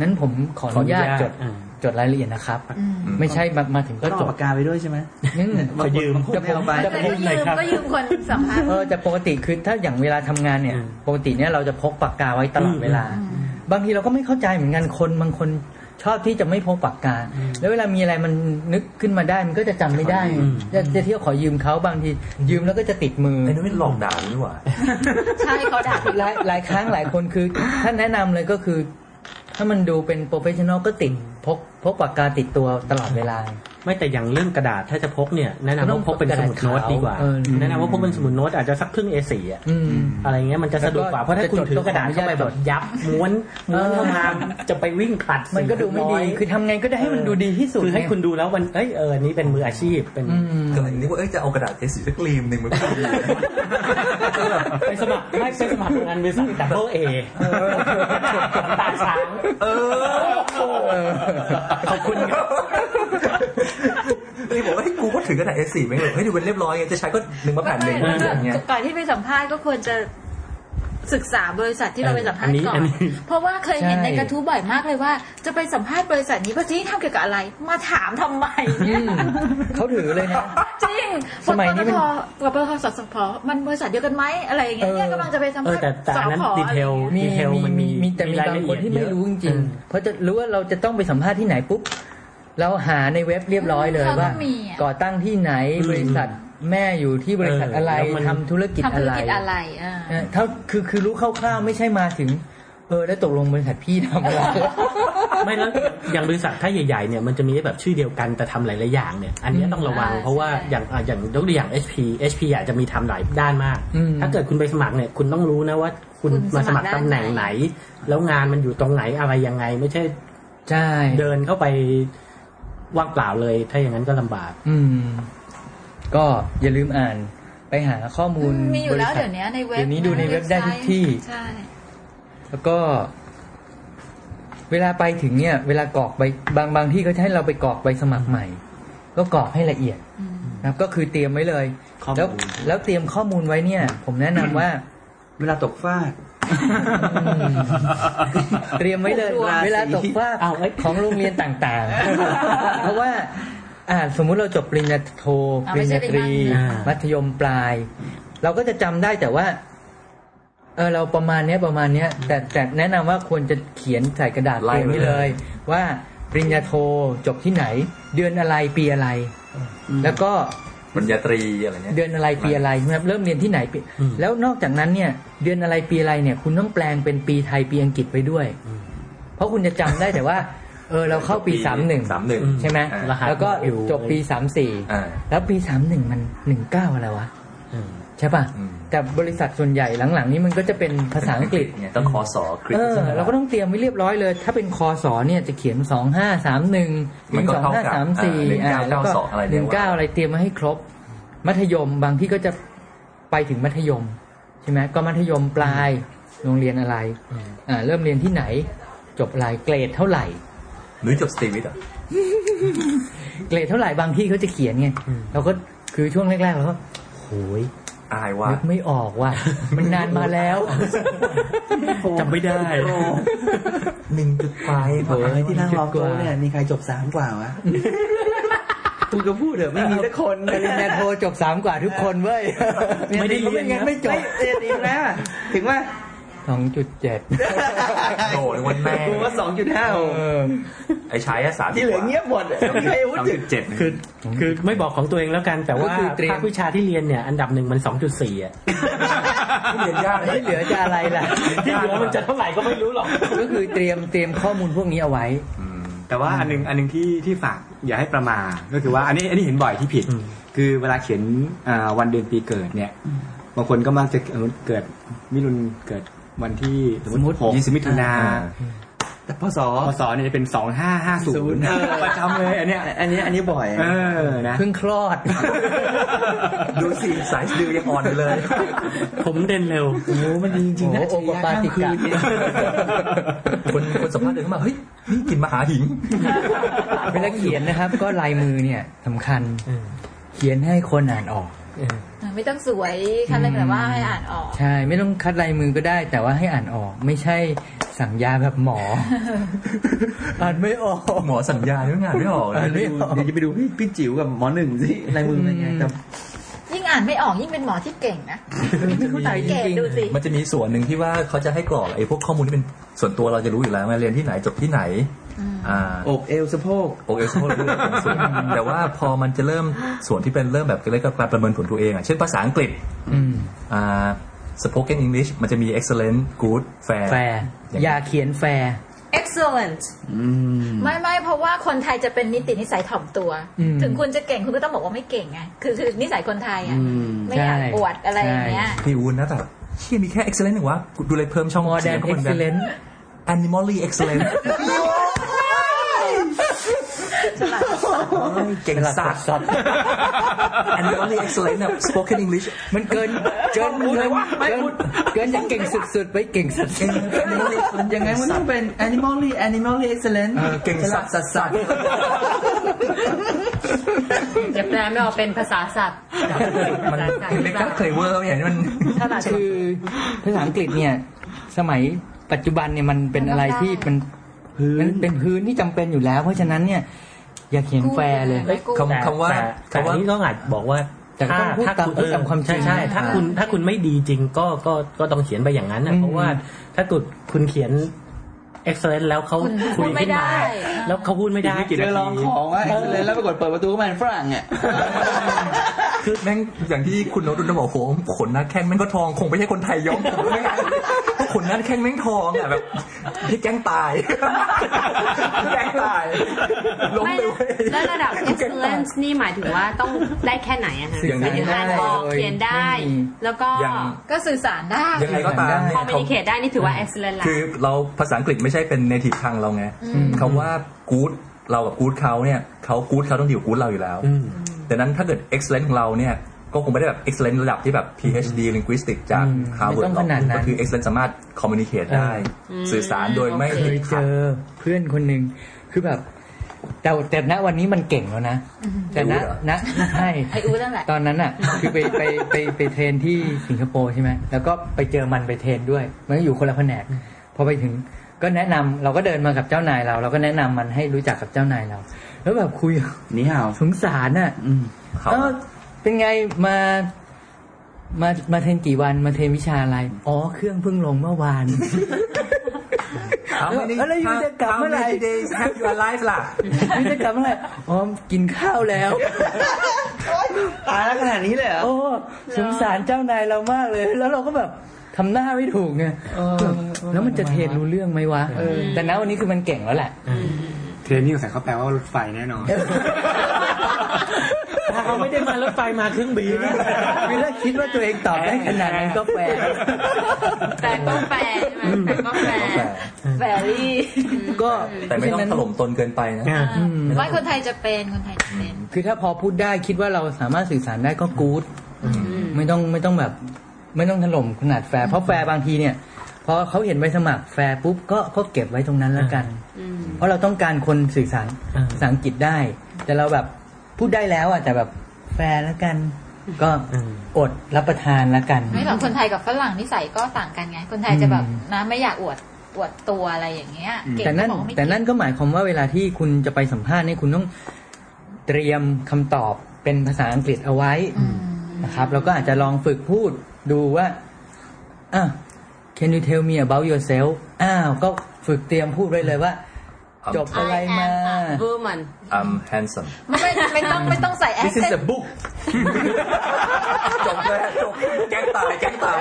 S5: นั้นผมขออนุญาตจด
S6: อ่า
S5: จดรายละเอียดนะครับ
S7: อืม
S5: ไม่ใช่มามาถึง
S3: ก็
S5: ก็
S3: ต้อง
S5: จ
S3: เอา
S5: ด
S3: ปากกาไปด้วยใช่ไหม
S5: อืม
S3: บางคน
S6: ยืม
S3: บางคนไม่เอาไป
S5: จะ
S7: แต่ก็ยืมก็ยืมคนสัมภาษณ์
S5: เออแต่ปกติคือถ้าอย่างเวลาทำงานเนี่ย
S6: อืม
S5: ปกติเนี่ยเราจะพกปากกาไว้ตลอดเวลา บางทีเราก็ไม่เข้าใจเหมือนกันคนบางคนชอบที่จะไม่พกปากกา
S6: อืม
S5: แล้วเวลามีอะไรมันนึกขึ้นมาได้มันก็จะจำไม่ได้
S6: อืม
S5: จะจะเที่ยวขอยืมเขาบางทียืมแล้วก็จะติดมือ
S4: ไอ้นั่นไม่หลอกด่าหรือวะ
S7: ใช่เขาด่า
S5: หลายหลายครั้งหลายคนคือ ท่านแนะนำเลยก็คือ ถ้ามันดูเป็นโปรเฟชชั่นอลก็ติดพกพกปากกาติดตัวตลอดเวลา
S6: ไม่แต่อย่างเรื่องกระดาษถ้าจะพกเนี่ยแนะนำว่าพกเป็นสมุดโน้ตดีกว่า
S5: เออ
S6: แนะนำว่าพกเป็นสมุดโน้ตอาจจะสักครึ่ง A4 อ่ะ
S5: อืม
S6: อะไรเงี้ยมันจะสะดวกกว่าเพราะถ้าคุณถือกระดาษเข้าไปแบบยับม้วนม้วนเข้ามาจะไปวิ่งผลัด
S5: มันก็ดูไม่ดี
S6: สิ่งเรียบร้ย
S5: คือทำไงก็ได้ให้มันดูดีที่สุด
S6: คือให้คุณดูแล้วมัน เอ้ย เออ นี่เป็นมืออาชีพ เป็น
S5: อืม
S4: กำลังนึกว่าเอ้ยจะเอากระดาษ A4 สักรีมหนึ่งมันก็ดีนะ
S6: ไปสมัคร ไม่ไปสมัครงานบริษัทดับเบิลเอตาช้าง
S4: เออ
S5: เออ
S6: ขอบคุณครับ
S4: นี่บอกว่าให้ยกูก็ถึงขนาด S4 ไหมเลยเฮ้ยดูเป็นเรียบร้อยไงจะใช้ก็หนึ่งมาแผ่นหนึ่ง
S7: ไม่
S4: อย่างเงี้ย
S7: ก่อนที่ไปสัมภาษณ์ก็ควรจะศึกษาบริษัทที่เราไปสัมภาษณ์ก่อ
S6: อั
S7: น
S6: นนี้
S7: เพราะว่าเคยเห็น
S5: ใช่
S7: ในกระทู้บ่อยมากเลยว่า จะไปสัมภาษณ์บริษัทนี้บริษัทนี้ทำเกี่ยวกับอะไร มาถามทำไมเนี่ย
S5: เขาถือเลยนะ
S7: จริง
S5: สมัยนี้มั
S7: ปต
S5: น
S7: ทกับปตทสสพมันบริษัทเดียวกันไหมอะไรอย่างเงี้ย
S5: เออ
S7: เนี่ยกำลังจะไปสัม
S6: เออ
S7: ภาษณ์
S6: แต่แต่อันนั้น
S7: สพ
S6: ดีเทล
S7: อะไรอย่างเงี้ย
S6: ดีเทลมันมี
S5: มีแต่มีบางคนที่ไม่รู้จริงๆเพราะจะรู้ว่าเราจะต้องไปสัมภาษณ์ที่ไหนปุ๊บเราหาในเว็บเรียบร้อยเลยว่า ก่อตั้งที่ไหนบริษัท แม่อยู่ที่บริษัท
S6: เออ
S5: อะไร
S6: แล้วมัน
S5: ทำธุรกิจ
S7: ทำ
S5: อะ
S7: ธุร
S5: ไร
S7: กิจอะไรอ่า
S5: เออเท่าคือคือรู้คร่าวๆไม่ใช่มาถึง เออแล้วตกลงบริษัทพี่ทำอะไร
S6: ไม่แล้วอย่างบริษัทถ้าใหญ่ๆเนี่ยมันจะมีแบบชื่อเดียวกันแต่ทำหลายๆอย่างเนี่ย อันเนี้ยต้องระวังเพราะว่าอย่างอ่ะอย่างยกตัวอย่าง HP HP อาจจะมีทำหลายด้านมาก
S5: อืม
S6: ถ้าเกิดคุณไปสมัครเนี่ยคุณต้องรู้นะว่าคุณมาสมัครตำแหน่งไหน แล้วงานมันอยู่ตรงไหนอะไรยังไง ไม่ใช่
S5: ใช่
S6: เดินเข้าไปว่างเปล่าเลย ถ้าอย่างนั้นก็ลำบาก
S5: อืม ก็อย่าลืมอ่านไปหาข้อมูล
S7: มีอยู่แล้ว
S5: บริษัท
S7: เดี๋ยวนี้ในเว็บ
S5: เดี๋ยวนี้ดูในเว็บได้ทุกที่
S7: ใช่
S5: แล้วก็ เวลาไปถึงเนี่ย เวลากรอกใบบางบางที่ก็จะให้เราไปกรอกใบสมัครใหม่ ก็กรอกให้ละเอียด
S7: อืม
S5: นะครับ ก็คือเตรียมไว้เลย
S6: ข้อมูล
S5: แล้วแล้วเตรียมข้อมูลไว้เนี่ย ผมแนะนำว่า
S3: เวลาตกฟาก
S5: ม เตรียมไว้เลย
S7: ผูกดวง
S5: เวลาตกฟาก
S6: อ้าวเอ้ย
S5: ของโรงเรียนต่าง ๆ เพราะว่าอ่าสมมุติเราจบปริญญาโทป
S7: อ่า
S5: ริ
S7: ไม่
S5: ญ
S7: ใช่
S5: ญาตรี
S7: ปริญญา
S5: มัธยมปลาย เราก็จะจำได้แต่ว่า เออเราประมาณเนี้ยประมาณเนี้ย แต่แต่แนะนำว่าควรจะเขียนใส่กระดาษ
S4: ไล่
S5: เตรียม
S4: ไว้
S5: ไว้
S4: เล
S5: เลย ย ว่าปริญญาโทจบที่ไหน เดือนอะไรปีอะไร แล้วก็
S4: ปริญญาตรีอะไรเนี้ย
S5: เดือนอะไรปีอะไรใช่ไหมครับเริ่มเรียนที่ไหนปี
S6: อืม
S5: แล้วนอกจากนั้นเนี่ย เดือนอะไรปีอะไรเนี่ย คุณต้องแปลงเป็นปีไทยปีอังกฤษไปด้วย เพราะคุณจะจำได้แต่ว่า เออเราเข้าปีสามหนึ่ง
S4: สามหนึ่ง
S5: ใช่ไหม
S4: อ่า
S6: รหัส
S5: แล้วก็
S6: อยู่
S5: จบปีสามสี่
S4: อ่า
S5: แล้วปีสามหนึ่งมันหนึ่งเก้าอะไรวะ
S6: อืม
S5: ใช่ป่ะ
S4: อืม
S5: แต่บริษัทส่วนใหญ่หลังๆ นี้มันก็จะเป็นภาษาอังกฤษ
S4: เนี่ยต้องคอสอคริส
S5: เออเราก็ต้องเตรียมไว้เรียบร้อยเลย ถ้าเป็นคอสอเนี่ยจะเขียนสองห้าสามหนึ่ง
S4: มันก็
S5: สอง
S4: เท่า
S5: ห้า
S4: กับ
S5: สามสี่
S4: อ่าหนึ่งเก้าเก้าสองอะไร
S5: ห
S4: เนี่ย
S5: นึ่งเก้าอะไรเตรียมมาให้ครบ มัธยมบางที่ก็จะไปถึงมัธยมใช่ไหมก็มัธยมปลายโรงเรียนอะไร
S6: อืม
S5: อ่าเริ่มเรียนที่ไหน จบอะไรเกรดเท่าไหร่
S4: หรือจบสตรีวิทย์อ่ะ
S5: เกรดเท่าไหร่บางที่เขาจะเขียนไงเราก็คือช่วงแรกๆเราก็โหย
S4: อายว่า
S5: นึกไม่ออกว่ะมันนานมา แล้ว
S6: จำไม่ได้
S4: หนึ่งจุดไฟ
S3: เผลอที่นั่งล้อมโต๊ะเนี่ยมีใครจบสามกว่าวะ กูก็พูดเถอะไม่มีสักคน
S5: ปริญญาโทจบสามกว่าทุกคนเว้ ย
S6: ไม่ได้เรียนนะ
S5: ไม่งั้นไม่จบ
S3: เรียนอีกนะ ถึงว่า
S5: สองจุดเจ็ด
S4: โอ้ยวันแม่
S3: กูว่าสองจุดห้า
S4: ไอ้ชายอะสาม
S3: ที่เหลือเงียบหมดอะไม่มีใครพูด
S4: สาม
S3: ถึ
S4: จุ
S3: ง
S4: ดเจ็ด
S6: คือคือไม่บอกของตัวเองแล้วกัน แต่ว่าภาควิชาที่เรียนเนี่ยอันดับหนึ่งมันสองจุดสี่อ่ะ
S4: เรียนยาก
S5: ไม่เหลือจะอะไรล่ะ
S6: ที่เหลือมันจะเท่าไหร่ก็ไม่รู้หรอก
S5: ก็คือเตรียมเตรียมข้อมูลพวกนี้เอาไว้
S4: อืม
S8: แต่ว่าอันนึงอันนึงที่ที่ฝากอย่าให้ประมาทก็คือว่าอันนี้อันนี้เห็นบ่อยที่ผิด
S6: อืม
S8: คือเวลาเขียนอ่าวันเดือนปีเกิดเนี่ยบางคนก็มักจะเอ่อเกิดมิถุนเกิดวันที่สมมติหกยี่สิบมิถุนา
S4: อ่า
S3: แต่พศ
S8: พศเนี่ยจะเป็นสองห้าห้าศูนย์ประจำเลยอันเนี้ย
S3: อันนี้อันนี้บ่อย
S8: เออนะ
S5: เพิ่งคลอด
S4: ดูสิสายสดือยังอ่อนอยู่เลย
S6: ผมเด่นเร็ว
S3: โอ้โหมันดีจริงๆนะ
S5: โอ้โห
S3: ฉยๆ
S5: ปาติกะ
S3: ข้มคืนเนี่ย
S4: คนคนสัมภาษณ์เดินเข้ามาเฮ้ยนี่กลินมหาหิ ง
S5: เวลาเขียนนะครับ ก็ลายมือเนี่ยสำคัญ
S6: อืม
S5: เขียนให้คนอ่านออก
S7: ไม่ต้องสวยคันเลยแต่ว่าให้อ่านออก
S5: ใช่ ไม่ต้องคัดลายมือก็ได้ แต่ว่าให้อ่านออก ไม่ใช่สั่งยาแบบหมอ อ่านไม่ออก
S4: หมอสัญญาด้วยงานไม่ออกเล
S5: เอย อ
S3: เดี๋ยว
S5: นี่
S3: จะไปดูพี่พี่จิ๋วกับหมอหนึ่งสิลายมือเป็นไงแต่
S7: ยิ่งอ่านไม่ออกยิ่งเป็นหมอที่เก่งนะ
S5: ไม่เข้าใจ
S7: สัง
S5: จ
S7: เกต
S5: ริง
S7: ดูสิ
S4: มันจะมีส่วนหนึ่งที่ว่าเขาจะให้กรอกไอ้พวกข้อมูลที่เป็นส่วนตัวเราจะรู้อยู่แล้วว่าเรียนที่ไหนจบที่ไหน อ่า
S3: อกเอวสะโพก
S4: โอเคโซ่รู้เลยเป็นส่วนแต่ว่าพอมันจะเริ่มส่วนที่เป็นเริ่มแบบเล็กๆกับการประเมินผลตัวเองอ่ะเช่นภาษาอังกฤษ
S5: ๆอืม
S4: อ่า spoken English มันจะมี excellent good fair
S5: แฟร์อย่าเขียนแฟร์
S7: excellent ไม่ไม่เพราะว่าคนไทยจะเป็นนิตินิสัยถ่อมตัว
S5: อืม
S7: ถึงคุณจะเก่งคุณก็ต้องบอกว่าไม่เก่งไงคือคือนิสัยคนไทยอ่ะไม่อยาก
S5: ใช่
S7: อวดอะไรอย่างเงี้ย
S5: ใช่
S4: พี่วุ้นนะแบบเฮียมีแค่ excellent หนึ่งวะกูดูเลยเพิ่มช่อง
S5: modern
S4: สียงข้าไปหมือกั
S5: excellent
S4: animally excellent เฮ้ยเก่งสัตว์ animally excellent แบบ spoken English
S5: มันเกินเกินเกินเกินเกินจากเก่งสุดๆไปเก่งสุดๆ
S3: ยังไงมันต้องเป็น animally animally excellent
S4: เออเก่งสัตว์สัตว์สัตว์
S9: จะแปลไม่ออกเป็นภาษาสัตว์
S4: มันมันไม่กล้าเคยเวอร์อย่างนี้มัน
S9: ถ้าหลัก
S5: คือภาษาอังกฤษเนี่ย สมัยปัจจุบันเนี่ยมันเป็นอะไรที่มันมันเป็นพื้นที่จำเป็นอยู่แล้ว เพราะฉะนั้นเนี่ย อย่าเขียนแฟร์เลย
S7: เอ้ย
S4: คำคำว่า
S6: แต่แต่
S4: คำว่า
S6: อันนี้ต้องอาจบอกว่า
S5: แต่ก็ต้องพูดตาม
S6: คุณ
S5: พูดตามความจริง
S6: ใช่ใช่
S5: นะ
S6: ถ้าคุณถ้าคุณไม่ดีจริงก็ก็ก็ต้องเขียนไปอย่างนั้นนะ
S5: อืม
S6: เพราะว่าถ้าเกิดคุณเขียน excellent แล้วเขา
S7: คุ
S6: คุย
S7: ณพูดไม่
S6: ขึ้นมา
S7: ได้
S6: แล้วเขาพูดไม่ได้
S8: อีกไม่กี่
S3: เจ
S8: นา
S3: อ
S8: ที
S3: ลองของว่า excellent แล้วปรากฏเปิดประตูเข้ามาเป็นฝรั่งอ่ะ
S4: คือแม่งอย่างที่คุณโนตอุนบอกโหขนหน้าแข้งแม่งก็ทองคงไม่ใช่คนไทยย้อมผมแม่งเพราะขนหน้าแข้งแม่งทองอ่ะแบบพี่แกล้งตาย แกล้งตายล้ม
S9: ไม่
S4: ไปเว้ย
S9: แล้วระดับ excellence นี่หมายถึงว่าต้องได้แค่ไหนอะฮะ
S4: สื่อสารได้
S9: อ่านออกเขียนได้
S5: ไม่มี
S9: แล้วก็
S4: ยัง
S7: ก็สื่อสารได้
S4: ยังไงก็ตามเนี่ยเขา
S9: communicate ได้นี่ถือว่า excellent ละ
S4: คือเราภาษาอังกฤษไม่ใช่เป็น native ทางเราไง
S7: อืม
S4: คำว่า good เรากับ good เขาเนี่ยเขา good เขาต้องดีกว่า good เราอยู่แล้ว
S6: อืม
S4: ดังนั้นถ้าเกิด excellent ของเราเนี่ยก็คงไม่ได้แบบ excellent ระดับที่แบบ PhD linguistic จาก
S5: อืม
S4: Harvard
S5: ไม่ต้อง
S4: หรอ
S5: ขนาด
S4: ก
S5: นั้น
S4: ก็คือ excellent สามารถ communicate ได้
S9: อืม
S4: สื่อสารโดยไม่
S5: เค
S4: ติด
S5: ยเจ
S4: ขัด
S5: อเพื่อนคนหนึ่งคือแบบ แต่แต่ณวันนี้มันเก่งแล้วนะ แต่ณ
S4: ไอ้อู๊ดเหรอ
S5: ณใช่
S7: ไออู้นั่นแหละ
S5: ตอนนั้นอ่ะ คือไปไปไปไปเทรนที่สิงคโปร์ใช่ไหมแล้วก็ไปเจอมันไปเทรนด้วย มันก็อยู่คนละแผนกพอไปถึงก็แนะนำเราก็เดินมากับเจ้านายเรา เราก็แนะนำมันให้รู้จักกับเจ้านายเรา แล้วแบบคุย
S3: นี่ห่าว
S5: สงสารน่ะ
S3: อืม
S4: เขา
S5: เออเป็นไงมามามาเทรนกี่วันมาเทรนวิชาอะไร อ๋อเครื่องเพิ่งลงเมื่อวาน
S4: ถามว่านี่
S5: เออแล้วอยู่จะกลับ
S4: How
S5: เมื่อไหร่
S4: many days have you alive ล่ะ
S5: วิศกรรมอะไรอ๋อกินข้าวแล้ว
S3: ตายแล้วขนาดนี้เลยเหรอ
S5: โอ้สงสารเจ้านายเรามากเลย แล้วเราก็แบบทำหน้าไม่ถูกไงแบบแล้วมันจะเทรนรู้เรื่องไหมวะแต่ณวันนี้คือมันเก่งแล้วแหละ
S8: เทรนนิ่งใส่เขาแปลว่ารถไฟแน่นอน
S6: ถ้าเขาไม่ได้มารถไฟมาเครื่องบิน
S5: วิลาคิดว่าตัวเองตอบได้ขนาดนั้นก็แป ล
S7: แต่ก็แฟร์ใช่ไหมแต่ก็แฟร์แฟรี่
S5: ก็
S4: แต่ไม่ต้องถล่มตนเกินไปนะ
S5: อืม
S7: ว่าคนไทยจะเป็นคนไทยจะเป็น
S5: คือถ้าพอพูดได้คิดว่าเราสามารถสื่อสารได้ก็กู๊ดไม่ต้องไม่ต้องแบบ ไม่ต้องถล่มขนาดแฟร์เพราะแฟร์บางทีเนี่ยพอเขาเห็นใบสมัครแฟร์ปุ๊บก็ก็เก็บไว้ตรงนั้นแล้วกัน
S9: อืม
S5: เพราะเราต้องการคนสื่อสาร
S6: อ่า
S5: ภาษาอังกฤษได้ แต่เราแบบพูดได้แล้วอ่ะแต่แบบแฟร์แล้วกัน ก็อดรับประทานแล้วกัน
S7: ไม่หรอกคนไทยกับฝรั่งนิสัยก็ต่างกันไง คนไทยจะแบบนะไม่อยากอวดอวดตัวอะไรอย่างเงี้ยเก่ง
S5: แต่นั่น
S7: ก็บอกไม่
S5: แต่
S7: เก่ง
S5: นั่นก็หมายความว่าเวลาที่คุณจะไปสัมภาษณ์เนี่ยคุณต้องเตรียมคำตอบเป็นภาษาอังกฤษเอาไว้
S7: อืม
S5: นะครับแล้วก็อาจจะลองฝึกพูดดูว่าอ่ะ can you tell me about yourself อ้าวก็ฝึกเตรียมพูดไว้เลยว่า จบอะไรมา
S9: เวอร์มัน
S4: I'm handsome
S7: ไม่ไม่ไม่ต้องไม่ต้องใส่แอค
S4: This
S7: เซ
S4: is
S7: น
S4: a book จบเลยจบแกล้งตายแกล้งตาย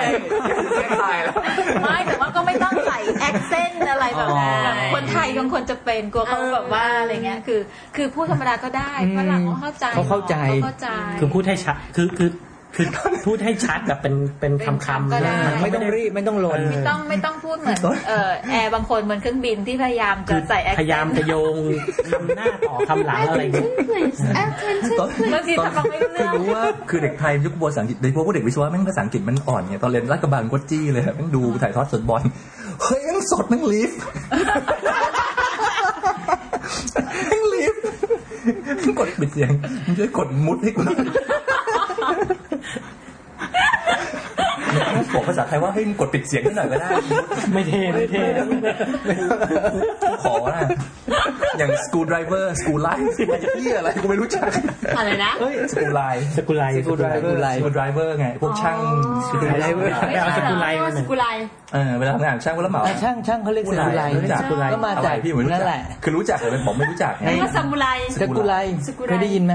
S4: แกล้งตายแล้ว
S7: ไม่แต่ว่าก็ไม่ต้องใส่แอคเซนอะไรแบบนั้น
S5: อ๋อ
S7: คนไทยบางคนจะเป็นกลัวเขาแบบว่าอะไรเงี้ย คือ คือพูดธรรมดาก็ได้ฝรั่งเขาเข้าใจ
S5: เขาเข้าใจ
S7: เขาเข้าใจ
S6: คือพูดให้ชัด คือคือคือพูดให้ชัดแบบเป็นเป็น
S7: เป็น
S6: คำ
S7: คำ
S6: คำ
S7: ก็ได้
S6: น
S5: ไม่ต้องรีบไม่ต้องลน
S7: ไม่ต้องไม่ต้องพูดเหมือนเออแอร์บางคนบนเครื่องบินที่พยายาม
S6: คื
S7: จะ
S6: อ
S7: ใส่แอค
S6: พยายามจะโยงคำหน้าต่อคำหลังอะไรอย่างเงี้ย
S7: บางทีถ้าฟังไม่รู้เรื่อง
S4: รู้ว่าคือเด็กไทยยุคภาษาอังกฤษโดยเฉพาะพวกเด็กวิศวะแม่งภาษาอังกฤษมันอ่อนไงตอนเรียนรัฐกระบังก็จี้เลยอะแม่งดูถ่ายทอดสดบอลเฮ้ยแม่งสดแม่งลีฟแม่งลีฟแม่งกดปิดเสียงมันจะกดมุดให้กูหน่อย บอกภาษาไทยว่าให้มึงกดปิดเสียงให้หน่อยก็ได้
S6: ไม่เทไม่เท
S4: ขอนะอย่าง school driver school line มันจะเรียอะไรกูไม่รู้จัก
S9: อะไรนะ
S4: school line
S6: สกุลไล
S4: school
S5: School line
S4: driver ไงพวกช่าง
S5: สกุลไลเวอร์
S6: ไม่เอาสกุลไลมาหนึ่ง
S9: กุไล
S4: เออเวลาทำงานกับช่างผู้รับเหมา
S5: อ่ะช่างช่างเขาเรียกสกุลไล
S4: รู้จัก
S5: ก็มาจาก
S4: อะไรพี่ผมไม่รู้
S5: นั่น
S4: จั
S5: แห
S4: ก
S5: ละ
S4: คือรู้จักแต่ผมไม่รู้จักไง
S9: เรียกว่าซามูไร
S5: สกุลไล
S9: สกุลไล
S5: เคยได้ยินไหม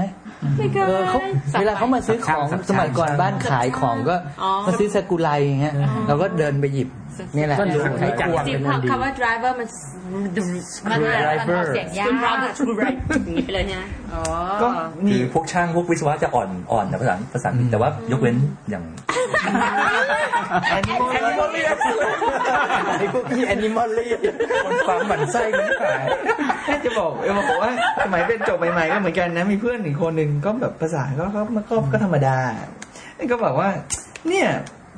S9: ไม่เคย
S5: เออเขาเวลาเขามาซื้อของ
S6: สับช่าง
S5: สมัยก่อนบ้านขายของก็
S9: อ๋อ
S5: มาซื้อสกุลไลอย่างเงี้ยเราก็เดินไปหยิบนี่แหละ
S6: ก็รู้
S5: สกุลไล
S6: รู้จัก
S9: จริ
S6: เป็
S9: ง
S6: น
S9: ๆ
S6: คนดี
S9: คำว่า driver มัน
S7: มันมันมันออกเสียงยา
S9: คุณรับ
S7: ก
S9: สกุลไลอย่างนี้ไปเลยใช่ไหมอ๋อ
S4: ก็ คือพวกช่างพวกวิศวะจะอ่อนอ่อนแต่ภาษาภาษาอังกฤษแต่ว่ายกเว้นอย่าง
S5: ไอ้พวกพี่แอนิมอลลี่
S4: คนฟังหมันไส้กันไป
S3: แค่จะบอกเออบอกว่าสมัยเป็นจบใหม่ๆก็เหมือนกันนะ มีเพื่อนหนึ่งคนหนึ่งก็แบบภาษาก็ก็มันก็ก็ธรรมดาแล้วก็บอกว่า เนี่ย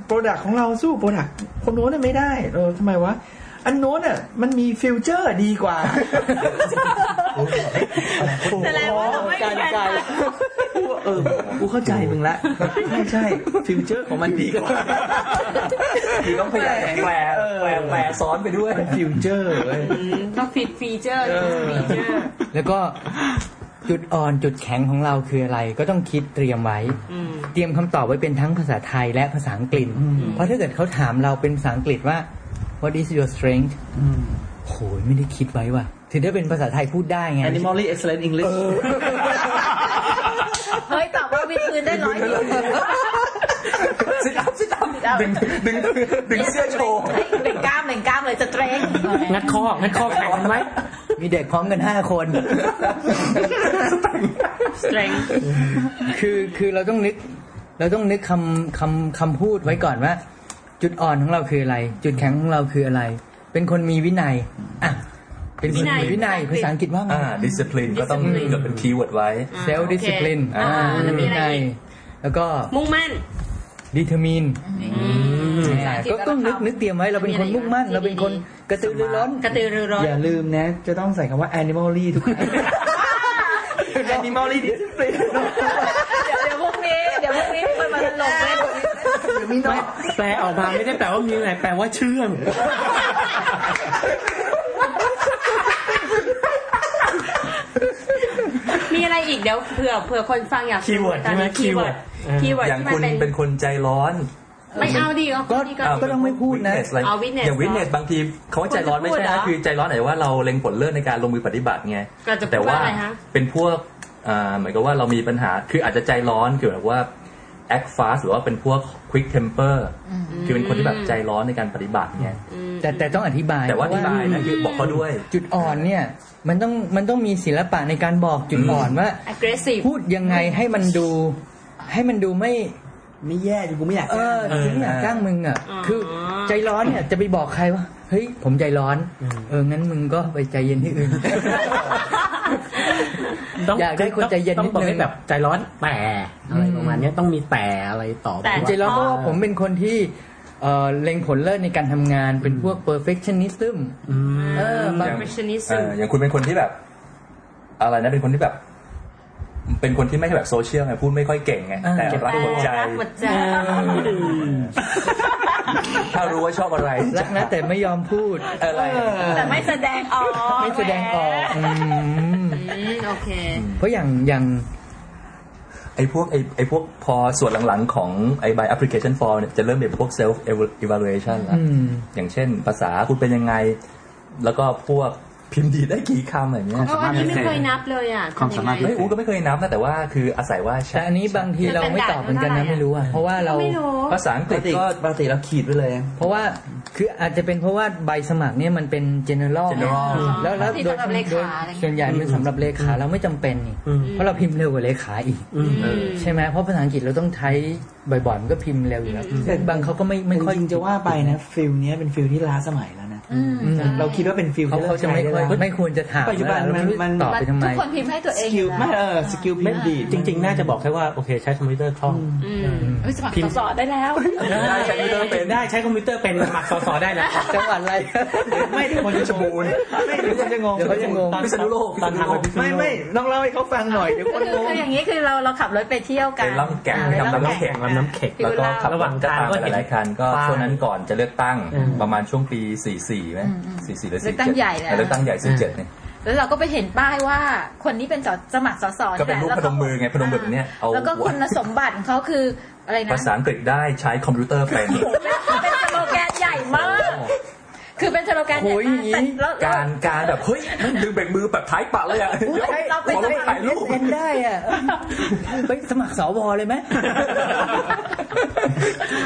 S3: โปรดักของเราสู้โปรดักคนโน้นนะไม่ได้เออทำไมวะ อันโน้นอ่ะมันมีฟิวเจอร์ดีกว่า
S9: แสดงว่าเราไม่
S5: การ
S9: มีแฟ
S5: กาน ร
S3: กูว่าเออกูเข้าใจมึงละใช่ใช่ฟิวเจอร์ของมันดีกว่า
S4: คือต้องพยายามจะแปล
S3: เออ
S4: แปลแปลซ้อนไปด้วย
S3: เป็นฟิวเจอร์เว้ย
S9: อืมต้องฟิดฟีเจอร์
S3: เออ
S9: ฟีเจอร์
S5: แล้วก็จุดอ่อนจุดแข็งของเราคืออะไรก็ต้องคิดเตรียมไว้
S9: อืม
S5: เตรียมคำตอบไว้เป็นทั้งภาษาไทยและภาษาอังกฤษ เพราะถ้าเกิดเขาถามเราเป็นภาษาอังกฤษว่า what is your strength โหยไม่ได้คิดไว้ว่ะ ถึงได้เป็นภาษาไทยพูดได้ไง
S3: Animally excellent English
S7: เฮ้ยตอบว่าวิดพื้นได้ร้อยเดียว
S4: ซิดอัพซิดอัพดึงดึงดึงเสื้อโชว์
S7: เบ่งกล้ามเบ่งกล้ามเลยจะเตรง
S6: งัดข้องัดข้อแข่งกันไว้
S5: มีเด็กพร้อมกันห้าคน
S6: สเตรง
S5: คือคือเราต้องนึก เราต้องนึกคำคำคำพูดไว้ก่อนว่า จุดอ่อนของเราคืออะไร จุดแข็งของเราคืออะไร เป็นคนมีวินัยอ่ะเป็นคนมีวินัยภาษาอังกฤษว่าไง
S4: อ่าดิสซิ p ลินก็ต้อง
S5: Discipline
S4: เกิดเป็นคีย์เวิร์ดไว้
S9: อ่า
S5: เซลล์ดิสซิปลิน
S9: อ่าแล้วมี
S5: วิ
S9: อะไร
S5: นัย
S9: อีก
S5: แล้วก็
S9: มุ่งมั่น
S5: ดีเทอร์มิน
S9: ภาษาอังกฤษ
S5: ก็ต้องนึกนึกเตรียมไว้เราเป็นคนมุ่งมั่น
S9: มีอะ
S5: เรา
S9: ไรอีก
S5: เป็นคนกระตือรือร้น
S9: กระตือรือร้น
S3: อย่าลืมนะ จะต้องใส่คำว่า animally ทุกครั้ง animally discipline
S7: เดี๋ยวเดี๋ยวพวกนี้เดี๋ยวพวกนี้มันมาถล่มเลย
S6: ไม่แปลออกมาไม่ได้แปลว่ามีอะไรแปลว่าเชื่อง
S9: มีอะไรอีกเดี๋ยวเผื่อเผื่อคนฟังอยาก
S6: คีย์เวิร์ดใช่ไหม
S9: คีย์เวิร์ด
S6: คี
S9: คี
S6: ย์
S9: ย์
S6: เวิร์ด
S9: เวิร์ด
S4: อย่าง
S9: ที่มั
S4: คุ
S9: น
S4: ณ
S9: เป็น
S4: เป็นคนใจร้อน
S9: ไม่เอาดิเอา
S5: ก็
S9: ดีก็
S5: ก็ต้องไม่พูดนะ
S4: เป็น witness ไร
S9: อ๋อ witness
S4: อย่างวิทเนสบางทีเขาว่าใจร้อนไม่ใช่
S9: พูดเหร
S4: นะ
S9: อ
S4: คือใจร้อนไหนว่าเราเล็งผลเลิศในการลงมือปฏิบัติไง
S9: ก็จะพูด
S4: แต่ว่า
S9: ว่าอะไรฮะ
S4: เป็นพวกอ่าเหมือนกับว่าเรามีปัญหาคืออาจจะใจร้อนคือแบบว่า act fast หรือว่าเป็นพวก quick temper คือเป็นคนที่แบบใจร้อนในการปฏิบัติไง
S5: แต่แต่ต้องอธิบาย
S4: แต่ว่า
S5: เพ
S4: อ
S5: ระ
S4: ธิบายนะคือบอกเขาด้วย
S5: จุดอ่อนเนี่ย มันต้องมันต้องมีศิลปะในการบอกจุดอ่อนว่า
S9: aggressive
S5: พูดยังไงให้มันดู ให้มันดูไม่
S3: ไม่แย่อยู่กูไม่อยาก
S5: เออถึงอยากจ้างมึงอ่ะ
S9: อ๋อ
S5: คือใจร้อนเนี่ยจะไปบอกใครว่าเฮ้ยผมใจร้อน เอองั้นมึงก็ไปใจเย็นที่อื่น อยากได้คนใจเย็นนิดนึง
S6: ต้องบอกให้แบบใจร้อนแต่อะไรประมาณเนี้ยต้องมีแต่อะไรต่อไป
S9: แต่
S5: ใจร้อนเพราะว่าผมเป็นคนที่เอ่อเล็งผลเลิศในการทำงานเป็นพวก perfectionism
S6: อืม
S5: เออ
S9: แบ
S5: มั
S9: บ
S5: น
S4: เอ
S9: perfectionism
S4: ออย่างคุณเป็นคนที่แบบ อะไรนะเป็นคนที่แบบ เป็นคนที่ไม่ใช่แบบโซเชียลไงพูดไม่ค่อยเก่งไง
S5: อ่า
S4: แต่รักหัวใจ
S9: รักหัวใจ
S4: ถ้ารู้ว่าชอบอะไร
S5: รักนะแต่ไม่ยอมพูด
S4: อะไร
S7: แต่ไม่แสดงออก
S5: ไม่แสดงออกอืม
S9: อืมโอเค
S5: เพราะอย่างอย่าง
S4: ไอ้พวกไอ้ไอ้พวกพอส่วนหลังๆของไอ้ by application form เนี่ยจะเริ่มเป็นพวก self evaluation แล้ว
S5: อืม
S4: อย่างเช่น ภาษาคุณเป็นยังไง แล้วก็พวกพิมพ์ดีดได้กี่คำอะไรเงี้ย
S9: เพราะอันนี้ไม่เคยนับเลยอ่ะ
S8: ความสามารถพิ
S4: เฮ้
S8: เศ
S4: ย
S8: ษ
S4: อูก็ไม่เคยนับนะแต่ว่าคืออาศัยว่า
S5: แต่อันนี้บางทีเราไม่ตอบเหมือนกันนะไม่รู้อ่ะเพราะว่าเรา
S9: ไม่รู้
S4: ภาษาอัง
S3: ป
S4: ก
S3: ก
S4: ฤษ
S3: ติ
S4: ก็
S3: ปกติเราขีดไปเลย
S5: เพราะว่าคืออาจจะเป็นเพราะว่าใบสมัครเนี่ยมันเป็น general
S4: general
S5: แล้วแล้ว
S7: ที่
S5: โดย
S7: สำหรับเลขาอะไร
S5: ส่วนใหญ่เป็นสำหรับเลขาเราไม่จำเป็นนี่เพราะเราพิมพ์เร็วกว่าเลขาอีก
S6: อืม
S4: เออ
S5: ใช่ไหมเพราะภาษาอังกฤษเราต้องใช้บ่อยๆมันก็พิมพ์เร็วอยู่แล้ว
S3: แต่
S5: บางเขาก็ไม่ไม่
S3: ไม่ค่
S5: ค่
S3: อ
S5: อย ย
S3: จริงๆจะว่าไปนะฟิลเนี้ยเป็นฟิลที่ล้าสมัยแล้วนะ
S7: อืม
S5: อืม
S7: ใช่
S3: เราคิดว่าเป็นฟิล
S5: เขา
S3: ที่
S5: เขาจะไม่ค่อ
S3: เลิกใช้
S5: ย
S3: ด้แล้ว
S5: ไม่ควรจะถาม
S3: ปัจจุบัน
S5: แล้ว
S3: มัน
S5: ตอบไปทำไม
S7: ทุกคนพิมพ์ให้ตัวเอ
S3: ส
S7: งอ
S3: กิล
S7: ยู่แล้ว
S3: ไม่เออสกิลพิมพ์ดีด
S6: จริง ๆ น่าจะบอกแค่ว่าโอเคใช้คอมพิวเตอร์คล่อง
S9: อืม
S7: เอ้ยสมัคร
S6: พิมพ์
S7: สอบได้แล้ว
S6: ได้ใช้คอมพิวเตอร์เป็นได้ใช้คอมพิวเตอร์เป็นสมัครสอสอได้แล้ว
S5: จังหวัดอะไร
S3: ไม่คนจะบูนไม่เดี๋ยวเขาจะงง
S5: เดี๋ยวเขาจะงง
S6: ตอนโลกตอนทำแบบพิษณุ
S3: ไม่
S6: โลก
S3: ไม่ต้องเล่าให้เขาฟังหน่อยเดี๋ยวค
S7: ก็
S3: นง
S7: คือง คืออย่างนี้คือเราเราขับรถไปเที่ยวกัน
S4: ไปล่องแก่ง
S7: อ่า
S4: ไป
S7: ไป
S4: ทำ
S7: ล่
S4: น้ำ
S7: อง
S4: แข็ง
S6: ลำน้ำเข็ก
S7: แก่ง
S4: แล้วก็ขับ
S6: ระ
S4: ร
S6: หว่าง
S4: ถ
S6: ทา
S4: ตาง ม
S6: ก็
S4: ไป
S6: เห็น
S4: หลายๆคันก็
S6: ป้าย
S4: ช่วงนั้นก่อนจะเลือกตั้ง
S6: อืม
S4: ประมาณช่วงปี 44ไหม44 หรือ
S7: เลือกตั้งใหญ่แล้
S4: 47
S7: ว
S4: เลือกตั้งใหญ่ 47เนี่ย
S7: แล้วเราก็ไปเห็นป้ายว่าคนนี้เป็นสสมัครสส
S4: ก็เป็นรูป
S7: แหละ
S4: พนมมือไงพนมมือแบบเนี้ยเอา
S7: แล้วก็คุณสมบัติของเขาคืออะไรนะ
S4: ภาษาอังกฤษได้ใช้คอมพิวเตอร์เป็น
S7: เป็นสโลแกนใหญ่มาก คือเป็นสโลแกนใหญ่
S5: โอ้ยอ
S7: มา
S5: ย่าก งงี้
S7: แต่แล้วแล้ว
S4: การการแบบ เฮ้ยมันดึงเบรกมือแบบท้ายปะเลยอ่ะดี๋ยว
S7: เราไป
S4: ขอ
S7: สมัคร
S4: ถ่ายรูป
S5: เอ็นได้อ่ะไปสมัครสวเลยไหม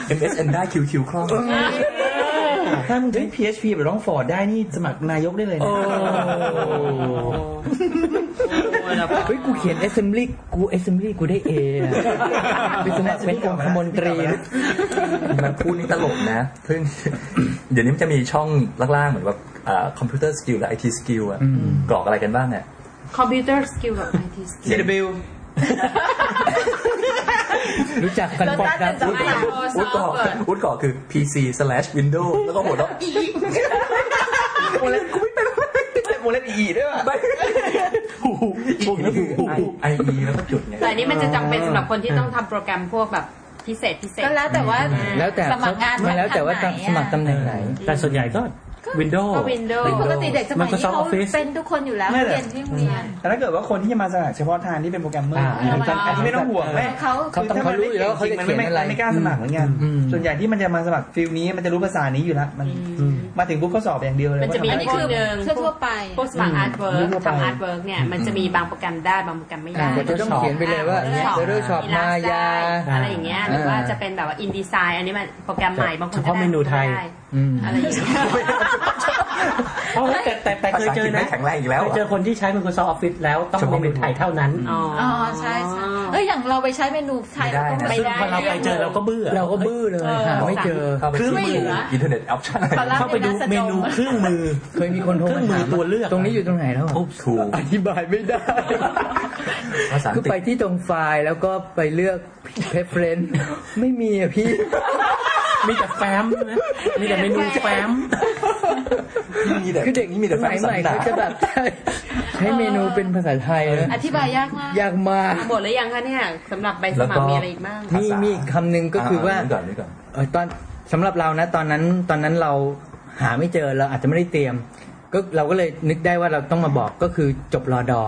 S4: เอ็มเอสเอ็นได้คิวคิวคล่อง
S3: ถ้ามึงจะให้ PHP หรือร้องฟอร์ดได้นี่สมัครนายกได้เลยนะ
S5: เฮ้ยกูเขียน assembly กู assembly กูได้เอะไปสมัครเป็นองคมนตรี
S4: มันพูดนี่ตลกนะซึ่งเดี๋ยวนี้มันจะมีช่องล่างๆเหมือนแบบคอมพิวเตอร์สกิลและไอทีสกิลอ่ะกรอกอะไรกันบ้างเนี่ย
S9: คอมพิวเตอร์สกิลกับ IT skill
S5: รู้จักกัน
S7: แล้ว
S5: ปอด
S7: ถ้า
S5: ครั
S7: เป็
S5: บ
S7: นสมัค
S4: อุด
S7: ร
S4: ก่ออุดก่อคือ pc slash window แล้วก็หัว เราะอี
S3: โมเลกุไม่เป็นโมเลกอีด้วยป่ะ
S4: กนี่คือไออีแล้วก็จุดไง
S9: แต่อันนี้มันจะจำเป็นสำหรับคนที่ต้องทำโปรแกรมพวกแบบพิเศษพิเศษ
S7: ก็แล้วแต่ว่า
S5: แล้วแต่
S7: สมัครงาน
S5: มันแล้วแต่ว่า
S7: บบไหนอะ
S5: สมัครตำแหน่งไหน
S6: แต่ส่วนใหญ่ก็ วินโดว์
S9: ก็วินโดว์
S7: ปกติเด็กสมัยนี้
S6: Microsoft
S7: เขา
S6: Office
S7: เป็นทุกคนอยู่แล้ว
S10: ไม่
S7: เรี
S10: เหรอ
S7: ยนที่โรงเรียน
S10: แต่ถ้าเกิดว่าคนที่จะมาสมัครเฉพาะทางที่เป็นโปรแกรมเมอร์
S5: อ่า
S10: อันนี้ไม่ต้องห่วงแม่
S7: เขา
S5: เขาต้องเขารู้อยู่แล้วว่าเขาจะ
S10: มัน
S5: เขียน
S10: ไม่
S5: อะไร
S10: ไม่กล้าสมัครเหมือนกัน
S5: อืม
S10: ส่วนใหญ่ที่มันจะมาสมัครฟิลนี้มันจะรู้ภาษานี้อยู่แล้วมัน
S6: อืม
S10: มาถึงปุ๊บก็สอบอย่างเดียวเลย
S9: มันจะมี
S10: ว่าทำ
S9: อันนี้
S10: ไ
S9: คือหนึ่ง
S7: เพื่อทั่วไป
S9: พวกสมัครอาร์ตเวิร์ก
S5: ทั่วไป
S9: ทำอาร์ตเวิร์กเนี่ยมันจะมีบางโปรแกรมได้บางโปรแกรมไม่ได้
S5: อ่าก็จะต้องเขียนไปเลยว่า
S9: อ่ะ
S5: เดอร์ช็อปมายา
S9: อะไรอย่างเงี้ยหรือว่าจะเป็นแบบว่าอินดีไซน์อันนี้มันโปรแกรมใหม่บางคนก็
S6: เฉ
S9: ด้
S6: พาะเมนูไทย
S9: ด้
S5: อืม
S9: อะไรอย่างเงี้ย
S6: เอ้าแต่แต่แต่
S4: ภา
S6: เคย
S4: ษาอังกฤษ
S6: เจอ
S4: ไม่
S6: นะ
S4: แข็งแรงอีกแล้ว
S6: เคย
S4: อะ
S6: เจอคนที่ใช้ Microsoft Office แล้วต้อง
S4: เฉ
S6: เม
S4: พาะเมนู
S6: นูไทยเท่านั้น
S9: อ๋อ
S7: อ๋
S9: อ๋
S7: อ
S9: อ
S7: ใช่ใช่เอ้ยอย่างเราไปใช้เมนูไทยเราก็
S4: ไม่
S7: ไม่
S4: ได้
S7: ได้
S6: พอเราไปเจอเราก็เบื่อ
S5: เราก็บื้อเลยหาไม่เจอ
S4: เข้าไป
S9: คือไม่
S4: ที่
S9: เหลือ
S4: อินเทอร์เน็ตออปชั่นอะไร
S7: ตอนแรก
S6: เข้าไปดูเมนูเครื่องมือ
S5: เคยมีคนโทร
S6: เครื่
S5: มา
S6: องมื
S5: ถา
S6: อ
S5: ม
S6: ตัวเลือก
S5: ตรงนี้อยู่ตรงไหนแล้วอะ
S4: ถูก
S5: อธิบายไม่ได้
S4: ภาษาอัง
S5: คือไป
S4: กฤษ
S5: ที่ตรงไฟล์แล้วก็ไปเลือก preference ไม่มีอ่ะพี่
S6: มีแต่แฟ้มนะมีแต่เมนูแฟ้ม
S4: มีแต่
S5: คือเด็ก
S4: นี่มีแต่
S5: ส
S4: แฟน
S5: มัย
S4: สั
S5: ให
S4: น
S5: ม่
S4: ดาน
S5: เขาจะแบบ ใช้เมนูเป็นภาษาไทยนะ
S7: อธิบายยากมาก
S5: อยากมา
S9: หมดหรือยังคะเนี่ยสำหรับใบส
S4: แล้ว
S9: มัค
S4: ก็
S9: รมีอะไรอีกบ้าง
S4: ภา
S5: มี
S4: ษามี
S5: มีคำหนึ่งก็คือว่า
S4: เดี๋ยก่อนเดี๋ยวก่อน
S5: เออตอนสำหรับเรานะตอนนั้นตอนนั้นเราหาไม่เจอเราอาจจะไม่ได้เตรียม ก็เราก็เลยนึกได้ว่าเราต้องมาบอกก็คือจบรอดอ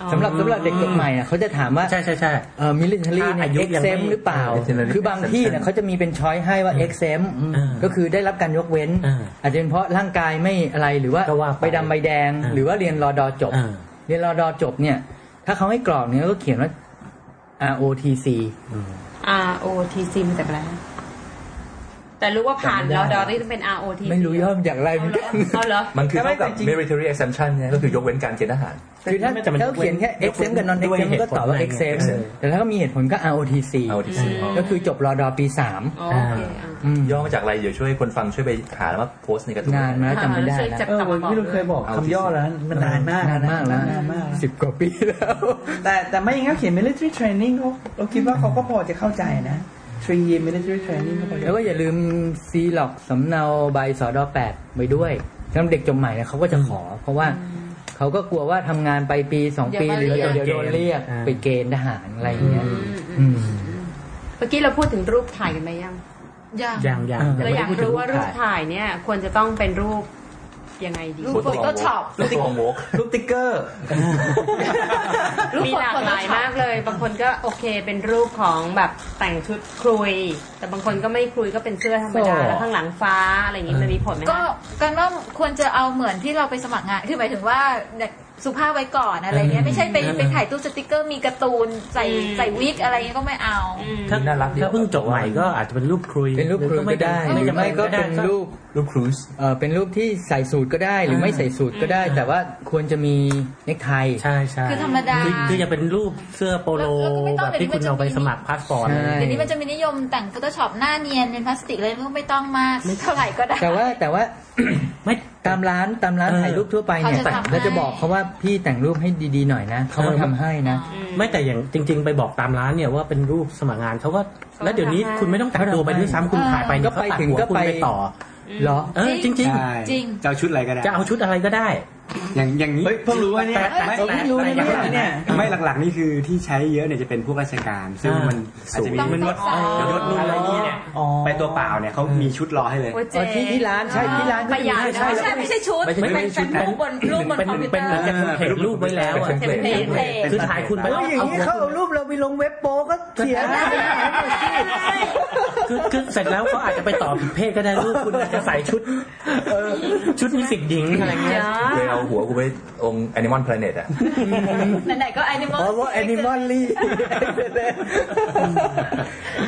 S5: อสำหรับสำหรับเด็กจบใหม่อ่ะเขาจะถามว่า
S6: ใช่ใช่ใช่
S5: เออมิลิเทอรี่เนี่
S6: ถ้าย อายุ
S5: เอ็ก
S6: ยัง
S5: เซ
S6: ไม่
S5: มหรือเปล่า
S4: Military
S5: คือบางที่เนี่ย
S4: exemption
S5: เขาจะมีเป็นช้อยให้ว่าเอ็กเซม
S6: อ่า
S5: ก็คือได้รับการยกเว้น
S6: อ่า
S5: อาจจะเป็นเพราะร่างกายไม่อะไรหรือว่า
S6: ก็ว่าไป
S5: ใบดำใบแดง
S6: อ่า
S5: หรือว่าเรียนรอดอจบ
S6: อ่า
S5: เรียนรอดอจบเนี่ย ถ้าเขาให้กรอกเนี่ยก็เขียนว่า ROTC
S9: R O T C มาจากอะไรนะแต่รู้ว่าผ่านแล้วดอที่เป็น R O T
S5: ไม่รู้ย่อมาจากอะไรเหมือนกัน
S9: เอาเหรอ
S4: มันคือเท่ากับ
S10: แต่จริง
S4: military exemption เนี่ยก็คือยกเว้นการเกณฑ์ทหาร
S5: คือถ้า
S6: แต่มัน
S5: ถ้าเขียนแค่
S6: ยก
S5: x
S6: เว้
S5: m
S6: น
S5: กับ non x
S6: ด้วย
S5: m ก็ตอบว่า x
S6: เหตุผลไหน
S5: m
S4: ไง
S5: แต่ถ้าก็มีเหตุผลก็ ROTC
S4: เอาที่สี่
S9: อืม
S5: ก็คือจบรอดอปีสาม
S9: อ๋อโอเคอ่ะ
S5: อืม
S4: ย่อมาจากอะไรเดี๋ยวช่วยคนฟังช่วยไปหาแล้วมาโพสต์ในกระทู้
S5: นานมาแล้วจำไม่ได้
S9: ช่วยจั
S5: แล้
S10: เออ
S5: ว
S9: บจับมาบอก
S10: พี่ลุง
S9: ด้
S10: เค
S9: วย
S10: ยบอก
S4: เอา
S10: คำย่อแล้วนั้นมันนานมาก
S5: นานมากแล้ว
S10: นานมากนะ
S5: สิบกว่าปีแล้ว
S10: แต่แต่ไม่อย่างนั้นเขียน military training เขาเราคิดว่าเขาก็พอจะเข้าใจนะ three year military training เขาพอจะ
S5: แล้วก็อย่าลืมซีหลอกสำเนาใบสอดอแปดไปด้วยสำหรับเด็กจบใหม่เนี่ยเขาก็จะขอ เพราะว่าเขาก็กลัวว่าทำงานไปปีสองปีหรือเดี๋ยวโดนเรียก
S6: อ่า
S5: ไปเกณฑ์ทหารอะไรอย่างเงี้ย
S9: อืม
S5: อืม
S9: เมื่อกี้เราพูดถึงรูปถ่ายกันไปยัง
S7: ยาก
S6: อย่างอย่าง
S5: เ
S6: ง
S9: เรา
S6: ไม่
S9: อ
S6: ได้
S9: ยาก
S6: พูดถึง
S9: รู้ว่ารูปถ่ายเนี่ย ควรจะต้องเป็นรูปยังไงดี
S7: รูปโฟโต้ช็อป
S4: รูปโฟโต้
S10: รูปติ๊กเกอร์
S9: มีหลากหลายมากเลย บางคนก็โอเคเป็นรูปของแบบแต่งชุดครุย แต่บางคนก็ไม่ครุยก็เป็นเสื้อธรรมดาแล้วข้างหลังฟ้าอะไรอย่างนี้มันมีผลไหมคะ
S7: ก็กันว่าควรจะเอาเหมือนที่เราไปสมัครงาน คือหมายถึงว่าเด็กสุภาพไว้ก่อนอะไรเงี้ย ไม่ใช่ไปไปถ่ายตู้สติกเกอร์มีการ์ตูนใส่
S9: อืม
S7: ใส่วิกอะไรเงี้ยก็ไม่เอา
S9: อืม
S6: ถ้า
S4: น่ารักดี
S6: ถ้าเพิ่งจบใหม่ก็อาจจะเป็นรูปครุย
S5: เป็นรูปครูก็ได้หรือไม่ก็เป็นรูป
S4: รูปครูซ
S5: เออเป็นรูปที่ใส่สูทก็ได้หรือไม่ใส่สูทก็ได้ แต่ว่าควรจะมีเนคไท
S6: ใช่ใช่
S7: คือธรรมดา
S6: คือคือจะเป็นรูปเสื้อโปโล
S7: แล้วก็
S6: แบบ
S7: ไม่ต้อง
S6: ที่คุณเอาไปสมัครพาสปอร์ต
S5: ใช่
S7: เดี๋ยวนี้มันจะมีนิยมแต่งโฟโต้ช็อปหน้าเนียนเป็นพลาสติกเลยก็ไม่ต้องมากเท่าไหร่ก็ได้
S5: แต่ว่าแต่ว่า
S6: ไม่
S5: ตามร้านตามร้าน
S6: เออ
S5: ถ่ายรูปทั่วไปเนี่ย
S7: เขาจะทำให้
S5: เราจะบอกเขาว่าพี่แต่งรูปให้ดีๆหน่อยนะเขาก็ทำให้นะ
S6: ไม่แต่อย่างจริง ๆ ไปบอกตามร้านเนี่ยว่าเป็นรูปสมัครงานเขาก็แล้วเดี๋ยวนี้คุณไม่ต้องแต่งตัวไปด้วยซ้ำคุณถ่ายไป
S5: ก็ไปถึงก็ไป
S6: คุณไปต่อ
S5: เหรอ
S6: เออจริง
S8: ใช่
S7: จริง
S8: จะเอาชุดอะไรก็ได้
S6: ๆ จะเอาชุดอะไรก็ได้
S8: อย่างอย่างนี้
S10: เฮ้ยเพิ่งรู้ว่าเนี่ย
S8: แต่แต่
S10: ไม่
S8: แต่
S10: ไม่รู้นะเนี่ย
S8: ไม่หลักๆนี่คือที่ใช้เยอะเนี่ยจะเป็นพวกราชการ ซึ่ง
S6: อ่ามั
S8: มันอาจจะมี
S7: ต้อง
S8: มันยศ
S7: ต้อง
S8: ยศรุ่นอะไรนี่เนี่ย
S10: อ๋อ
S8: ไปตัวเปล่าเนี่ยเขามีชุดรอให้เลย
S7: โอ้ยเจ
S5: อ๋อที่ที่ร้านใช่ที่ร้านก็
S9: ประหยัด
S5: จะมี
S9: นะ
S7: ไม่
S5: ใช่แล้ว
S7: ใช่ไม่ใช่ชุด
S4: ไม่ใช่
S7: เป็นเป็นรูปบนรูปบน
S6: เป็น
S7: คอมพิวเต
S6: เป็น
S7: อ
S6: เหมือน
S7: ร์
S6: กับเทปรูปไว้แล้วอะ
S4: เป็นเทมเพลต
S7: เป็นเทมเพลต
S6: คือถ่ายคุณไป
S3: เอาอย่างนี้เขาเอารูปเราไปลงเว็บโป๊ก็เสียนะ
S6: คือคือเสร็จแล้วเขาอาจจะไปต่อผิดเพศก็ได้รูปคุณอาจจะใส่ชุดเออชุดมีสิกหญิงอะไรเงี้ย
S4: เคยเอาหัวกูไปองค์ Animal Planet อะ
S7: ไหนๆก็ Animal
S5: อ๋อว่าแอนิมอลลี่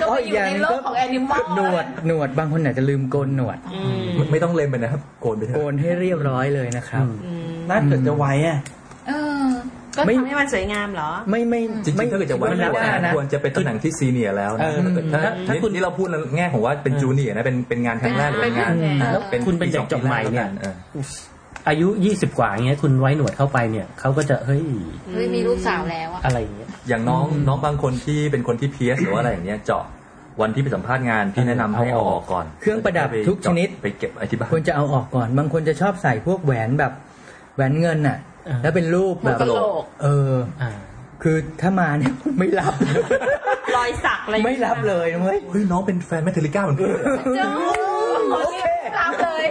S7: ก็ไปอยู่ในโลกของ Animal
S5: หนวดหนวดบางคนอาจจะลืมโกนหนวด
S4: ไม่ไม่ต้องเล็มไปนะครับ โกนไปเถ
S5: โก
S4: อะ
S5: นให้เรียบร้อยเลยนะครับ
S10: น่าเกิดจะไว้อะ
S7: เออ
S9: ก็
S5: ไม่
S9: ทำให้มันสวยงามเหรอ
S5: ไม่ไม่
S4: จริ
S5: ไม่
S4: งๆถ้าเกิดจะไว้
S5: ไม่
S4: หนวด
S5: ได้
S4: นะ
S5: นะ
S4: ควรจะเป็นตำแหน่งที่ซีเนียร์แล้วนะ
S6: เออ
S4: ถ้า
S6: ถ้าถ้า
S4: นี่
S6: คุณ
S4: นี่เราพูดในแง่ของว่าเป็นจูเนียร์นะเป็นเป็นงานครั้งแรกหรือเป็นงาน
S7: เป็น
S4: อ่า
S7: เป็น
S6: คุณเป็น
S4: ปีสอง
S6: เด็กจบใหม่เนี่ย
S4: ปีแรกแล้วกัออ
S6: อายุยี่สิบกว่าเงี้ยคุณไว้หนวดเข้าไปเนี่ยเขาก็จะเฮ้ย
S7: เฮ้ยมีลูกสาวแล้วอะ
S6: อะไรเงี้ย
S4: อย่างน้องน้องบางคนที่เป็นคนที่เพียสหรือว่าอะไรอย่างเงี้ยเจาะวันที่ไปสัมภาษณ์งานพี่แนะนำให้เอาออกก่อน
S5: เครื่องประดับทุกชนิด
S4: ไปเก็บอธิบาย
S5: ควรจะเอาออกก่อน บางคนจะชอบใส่พวกแหวนแบบแหวนเงินน่ะ
S6: อ่า
S5: แล้วเป็นรูปแบบ
S9: หัวกะโหลก
S5: เออ
S6: อ่า
S5: คือถ้ามาเนี่ย ไม่รับ
S9: รอยสักอะไรอย่าง
S5: ไม่
S9: เงี้ย
S5: รับเลยนะเว้ย
S4: เฮ้ยน้องเป็นแฟนแมทเทลิก้าเหมือนเพื่อน
S7: โอเคตามเลย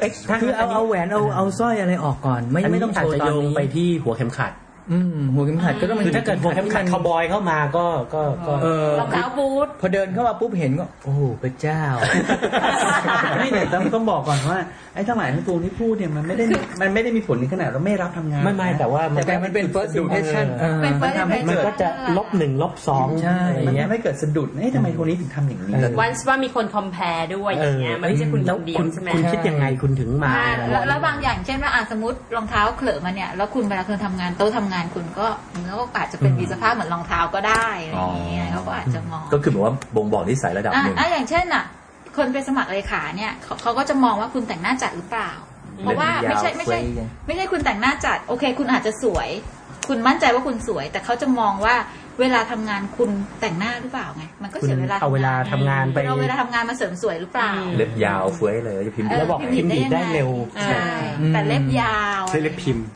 S6: เอ้ยถ้า
S5: คือเอา
S6: นนี้
S5: เอาแหวนเอาเอาสร้อยอะไรออกก่อน ไม่
S6: อัน
S5: ไม่
S6: นี้
S5: ต้อง
S6: อา
S5: โช
S6: จ
S5: ว์
S6: จะ
S5: ตอน
S6: โยง
S5: นี้
S6: ไปที่หัวเข็มขัด
S5: อืมหัวเข็มขัดก็ต้อง
S6: คือถ้าเกิดหัวเข็มขัดคาวบอยเข้ามาก็ก็ก็
S5: เออ
S7: รองเท้าบูท
S5: พอเดินเข้ามาปุ๊บเห็นก็ โอ้โหพระเจ้า
S3: ไม่แต่ต้องต้องบอกก่อนว่าไอ้ทั้งหลายทั้งปวงที่พูดเนี่ยมันไม่ได้มันไม่ได้มีผลในขนาดเราไม่รับทำงาน
S6: ไม่ไม่
S3: นะ
S6: แต่ว่ามัน
S5: แต่มันเป็น first impression เออ
S7: เป็นเฟิร์ส
S6: มันก็จะลบหนึ่งลบสอง
S5: ใช่
S6: อะไร
S3: มัน
S6: เงี้ย
S3: ทำให้เกิดสะดุดเอ๊ะทำไมคนนี้ถึงทำอย่างนี้
S9: วันว่ามีคนคอมเพลด้วยอย่างเงี้ยมันไม่ใช่คุณ
S6: แล้
S9: ค
S6: วน
S9: เดียว
S6: คุณ
S9: ใช่ไหม
S6: คุณคิดยังไงคุณถึงมา
S7: แล้วแล้วบางอย่างเช่นว่าอ่ะสมมติรองเท้าเขลอะมาเนี่ย แล้วคุณเวลาคุณทำงานโต๊ะทำงานคุณก็มันก็อาจจะเป็นมีสภาพเหมือนรองเท้าก็ได้อะไรอย่างเงี้ยเขาก็อาจจะมอง
S4: ก็คือแบบว่าบ่งบอกนิสัยระดับ
S7: อ่ะ
S4: หนึ่ง
S7: อ่ะอย่างเช่นอ่ะ คนไปสมัครเลขาเนี่ยเขาเขาก็จะมองว่าคุณแต่งหน้าจัดหรือเปล่า เพราะว่าไม่ใช่ไม่ใช่ ไม่ใช่คุณแต่งหน้าจัด โอเค คุณอาจจะสวย คุณมั่นใจว่าคุณสวย แต่เขาจะมองว่าเวลาทำงานคุณแต่งหน้าหรือเปล่าไง มันก็
S6: คุณ
S7: เสียเวลา
S6: เอาเวลาทำงานไป
S7: คุณเอาเวลาทำงานมาเสริมสวยหรือเปล่า
S4: เล็บยาวเฟ้ยเลยแล้วจะพิมพ์
S7: เออ
S6: แล้วบอกพิมพ์ดีดได้เร็ว
S7: ใช่แต่เล็บยาว
S8: ใช้เล็บพิมพ์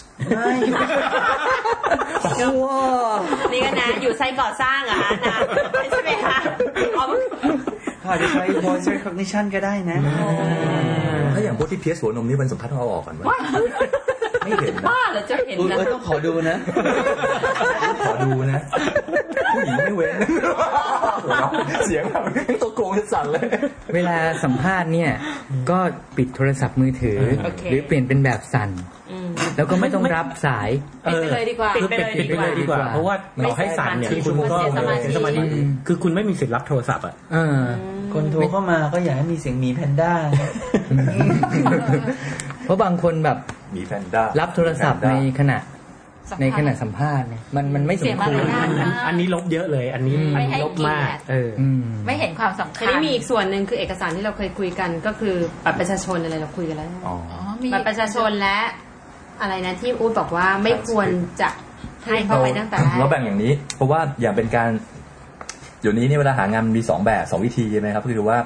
S9: นี่ก็นะอยู่ไซต์ก่อสร้างเหรอ่ะนะใช่ไหมคะอ๋อ
S3: เขาอาจจะใช้ voice recognition ก็ได้นะ
S4: ถ้าอย่างพวกที่เพียสหัวนมนี่มันสัมผัสเอาออกก่อนไหมไม่เห็นนะ
S7: บ้าเหรอจะเห็น
S3: เออ
S7: นะ
S3: เออต้องขอดูนะ
S4: ขอดูนะผู้หญิงไม่เว้นเสียงแบบตัวโกงสั่นเลย
S5: เวลาสัมภาษณ์เนี่ย ก็ปิดโทรศัพท์มือถือ หรือเปลี่ยนเป็นแบบสั่น
S9: อืม
S5: แล้วก็ไม่ต้องรับสาย
S7: ปิดไปเลยดีกว่า
S9: ปิดไปเลย
S6: ปิด
S9: ดี
S6: ไป
S9: กว่า
S6: เลยดีกว่า
S5: ไม่
S6: เพราะว่า
S5: ไม่
S6: เราให้สั่นเนี่ย
S9: เสีย
S6: คุณก็
S7: เสียสมาธิ
S6: เสียสมาธิคือคุณไม่มีสิทธิ์รับโทรศัพท์อ่ะ
S5: เออ
S3: คนโทรเข้ามาก็อยากให้มีเสียงหมีแพนด้า
S5: เพราะบางคนแบบ
S4: มีแพนด้ารั
S5: รับโทรศัพท์ในขณะ
S7: สำคัญ
S5: ในขณะสัมภาษณ์เนี่ยมันมันไม่ส
S7: เสี
S5: ม
S7: ย
S5: ค
S7: มาร
S5: วร
S7: ยาทมาก
S6: อันนี้ลบเยอะเลย อันนี้
S5: อืม
S6: อัน
S7: ไม่ให้
S6: นี้ลบมาก
S7: เกียรติ
S6: เออ
S5: อืม
S7: ไม่เห็นความสำคั
S9: ที
S7: ญ
S9: นี้มีอีกส่วนหนึ่งคือเอกสารที่เราเคยคุยกันก็คือบัตรประชาชนอะไรเราคุยกันแล้วใช่ไหม
S7: อ๋อมี
S9: บัตรประชาชนและอะไรนะที่อูดบอกว่าไม่ควรจะให้เข้าไปตั้งแต่แร
S4: เรา
S9: ก
S4: แบ่งอย่างนี้ เพราะว่าอย่างเป็นการเดี๋ยวนี้เนี่ยเวลาหางานมันมีสองแบบสองวิธีใช่ไหมครับก็คือว่า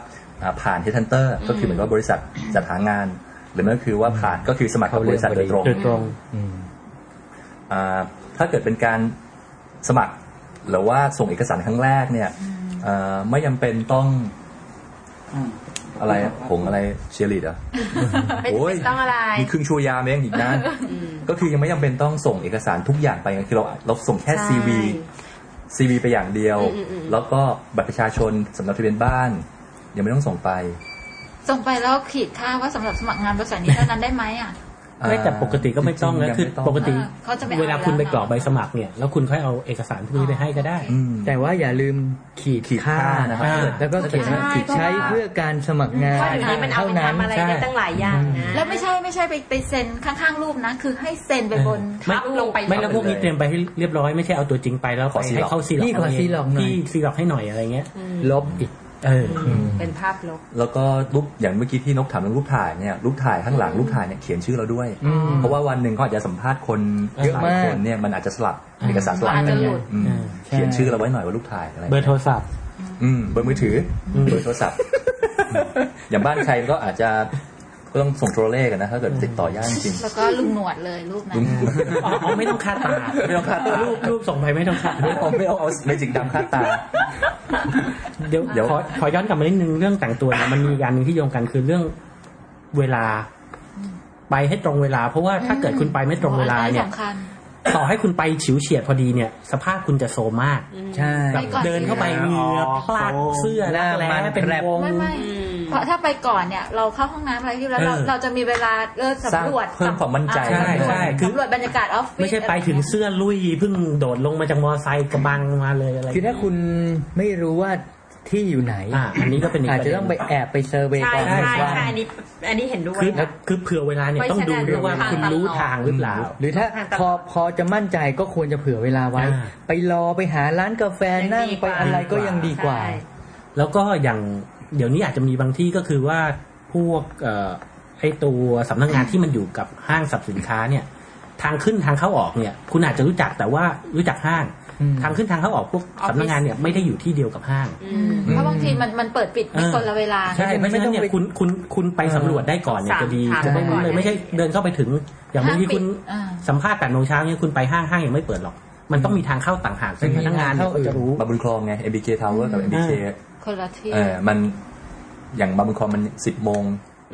S4: อ่าผ่านเฮทันเตอร์ก็คือเหมือนว่าบริษัทจัดหางาน หรือไม่ก็คือว่าผ่านก็คือสมัครกับบริษัทโดยตรง
S6: โดยตรง
S5: อืม
S4: อ่าถ้าเกิดเป็นการสมัครหรือว่าส่งเอกสารครั้งแรกเนี่ยเอ่อไม่จำเป็นต้องอะไรอะผงอะไรเชียร์ลีดเหรอ
S9: ไม่จำเป็นต้องอะไร
S4: มีครึ่งชั่วยามเองอี กนะก็คือยังไม่จำเป็นต้องส่งเอกสารทุกอย่างไปคือเราเราส่งแค่ CV
S9: ใช่
S4: ซีวีไปอย่างเดียว
S9: อืมอืมอืม
S4: แล้วก็บัตรประชาชนสำหรับทะเบียนบ้าน ยังไม่ต้องส่งไป
S7: ส่งไปแล้วขีดค่าว่าสำหรับสมัครงานบริษัทนี้เท่านั้นได้ไหมอ่ะ
S6: ไม่แต่ปกติก็ไม่ต้องนะ
S4: จริๆยั
S6: คือ
S4: งไม่ง
S6: ปกติ
S7: เออเขาจะไม่เอา
S6: เวลาคุณไปกรอกใบสมัครเนี่ย แล้วคุณค่อยเอาเอกสารพวกนี้ไปให้ก็ได้
S4: อืม
S5: แต่ว่าอย่าลืมขีด
S4: ขีดค่านะครับ
S5: แล้วก็เขียนว่า
S7: ใช่
S5: ขีดใช้
S7: เพราะว่า
S5: เพื่อการสมัครงาน
S9: เพราะเดี๋ยวนี้มันเอาไปทำอะไรได้ตั้งหลายอย่างนะ
S7: แล้วไม่ใช่ไม่ใช่ไปไปเซ็นข้างๆรูปนะ คือให้เซ็นไปบน
S6: ไม่
S7: ทับลงไป
S6: ไม่แล้วพวกนี้เตรียมไปให้เรียบร้อยไม่ใช่เอาตัวจริงไปแล้ว
S4: ขอซี
S6: ให้
S4: ล็อก
S6: เข้าซีล็อก
S5: พี่ขอซีหลอกหน่อย
S6: พี่ซีล็อกให้หน่อยอะไรเงี้ย
S5: ลบอีก
S6: เออ
S9: เป็นภาพลบ
S4: แล้วก็รูปอย่างเมื่อกี้ที่นกถามเรื่องรูปถ่ายเนี่ยรูปถ่ายข้างหลังรูปถ่ายเนี่ยเขียนชื่อเราด้วย
S5: อืม
S4: เพราะว่าวันหนึ่งเขาอาจจะสัมภาษณ์คน
S5: เยอะมาก
S4: หลคนเนี่ยมันอาจจะสลับเอกสารสลับ
S7: อาจจะหลุด
S4: อืม
S6: อ่าใช่
S4: เขียนชื่อเราไว้หน่อยว่ารูปถ่ายอะไร
S6: เบอร์โทรศัพท์
S4: อืมเบอร์มือถืออเบอร์โทร ศัพท์ อย่างบ้านใครก็อาจจะก็ต้องส่งโทรเลขกันนะถ้าเกิดติดต่อยากจริง
S7: แล้วก็ลูกหนวดเลยรูปนั้น
S6: อ๋อไม่ต้องคาดตา
S4: ๆไม่ต้องคาดตา
S6: รูปรูปส่งไปไม่ต้องคาด
S4: ไม่ต้องไม่ต้องเอาเมจิกดำคาดตา
S6: เดี๋ยว
S4: เดี๋ยว
S6: ขอขอย้อนกลับมานิดนึงเรื่องแต่งตัวเนี่ยมันมีอีกอันหนึ่งที่โยงกันคือเรื่องเวลา ไปให้ตรงเวลา เพราะว่าถ้าเกิดคุณไปไม่ตรงเวลาเนี่ย
S7: สำคัญ
S6: ต่อให้คุณไปฉิวเฉียดพอดีเนี่ย สภาพคุณจะโซมมาก
S5: ใช่
S6: แบบ
S7: ไปก่อน
S6: เดินเข้าไปเหงือพลาดเสื้อ
S5: หน้า
S6: แล้ว
S5: มัน
S6: แล้วเป็น
S5: แกร็บ
S6: วง
S7: ไม่ไม่เพราะถ้าไปก่อนเนี่ยเราเข้าห้องน้ำอะไรที่แล้วเรา
S6: เออ
S7: เราจะมีเวลาเออสำรวจ
S4: สร้างเพิ่มความมั่นใจ
S7: อ่า
S6: ใช่ใช่คือ
S7: สำรวจบรรยากาศออฟฟิศ
S6: ไม่ใช่ไปถึงเสื้อลุยเพิ่งโดดลงมาจากมอไซค์กระบังมาเลยอะไร
S5: คือถ้าคุณไม่รู้ว่าที่อยู่ไหน
S6: อ่ะอันนี้ก็เป็นอีก
S5: อาจ
S6: ประ
S5: จะ
S6: เด็น
S5: ต้องไปแอบไปเซอร์เวย์
S9: ใช่
S5: ก่อน
S9: ใช่
S5: ว่า
S9: ใช่อันนี้อันนี้เห็นด้วย
S6: คือ
S9: ค่ะ
S6: คือเผื่อเวลาเนี่ย
S9: ไม่
S6: ต้องดู
S9: ฉะนั้น
S6: ด้วยว่าคุณรู้ทางหรือเปล่า
S5: หรือถ้าพอพอจะมั่นใจก็ควรจะเผื่อเวลาไว้
S6: อ่า
S5: ไปรอไปหาร้านกาแฟนั่งไปอะไรก็ยังดีกว่า
S9: ใช่
S6: แล้วก็อย่างเดี๋ยวนี้อาจจะมีบางที่ก็คือว่าพวกเอ่อไอตัวสำนักงานที่มันอยู่กับห้างสรรพสินค้าเนี่ย ทางขึ้นทางเข้าออกเนี่ย คุณอาจจะรู้จักแต่ว่ารู้จักห้าง
S5: อืม
S6: ทางขึ้นทางเข้าออกพวกสำนักงานเนี่ยไม่ได้อยู่ที่เดียวกับห้าง
S9: อืม
S7: เพราะบางทีมันมันเปิดปิดมีคนละเวลา
S6: ใช่เพราะฉะนั้นเนี่ยคุณคุณคุณไปสำรวจได้ก่อนเนี่ย
S9: สาม
S6: จะดี
S9: ทาง
S6: จะไม่รู้
S9: ก่อน
S6: เลยไม่ใช่เดินเข้าไปถึง อย่างบางทีคุณ
S7: อ่า
S6: สัมภาษณ์แปดโมงเช้าเนี่ยคุณไปห้างห้างยังไม่เปิดหรอก มันต้องมีทางเข้าต่างหากซึ่งพนักงานเนี่ยเขาจะรู้
S4: บาบุญคลองไง MBK Tower กับ MBK
S7: คนละที่
S4: เออมันอย่างบาบุญคลองมันสิบโมง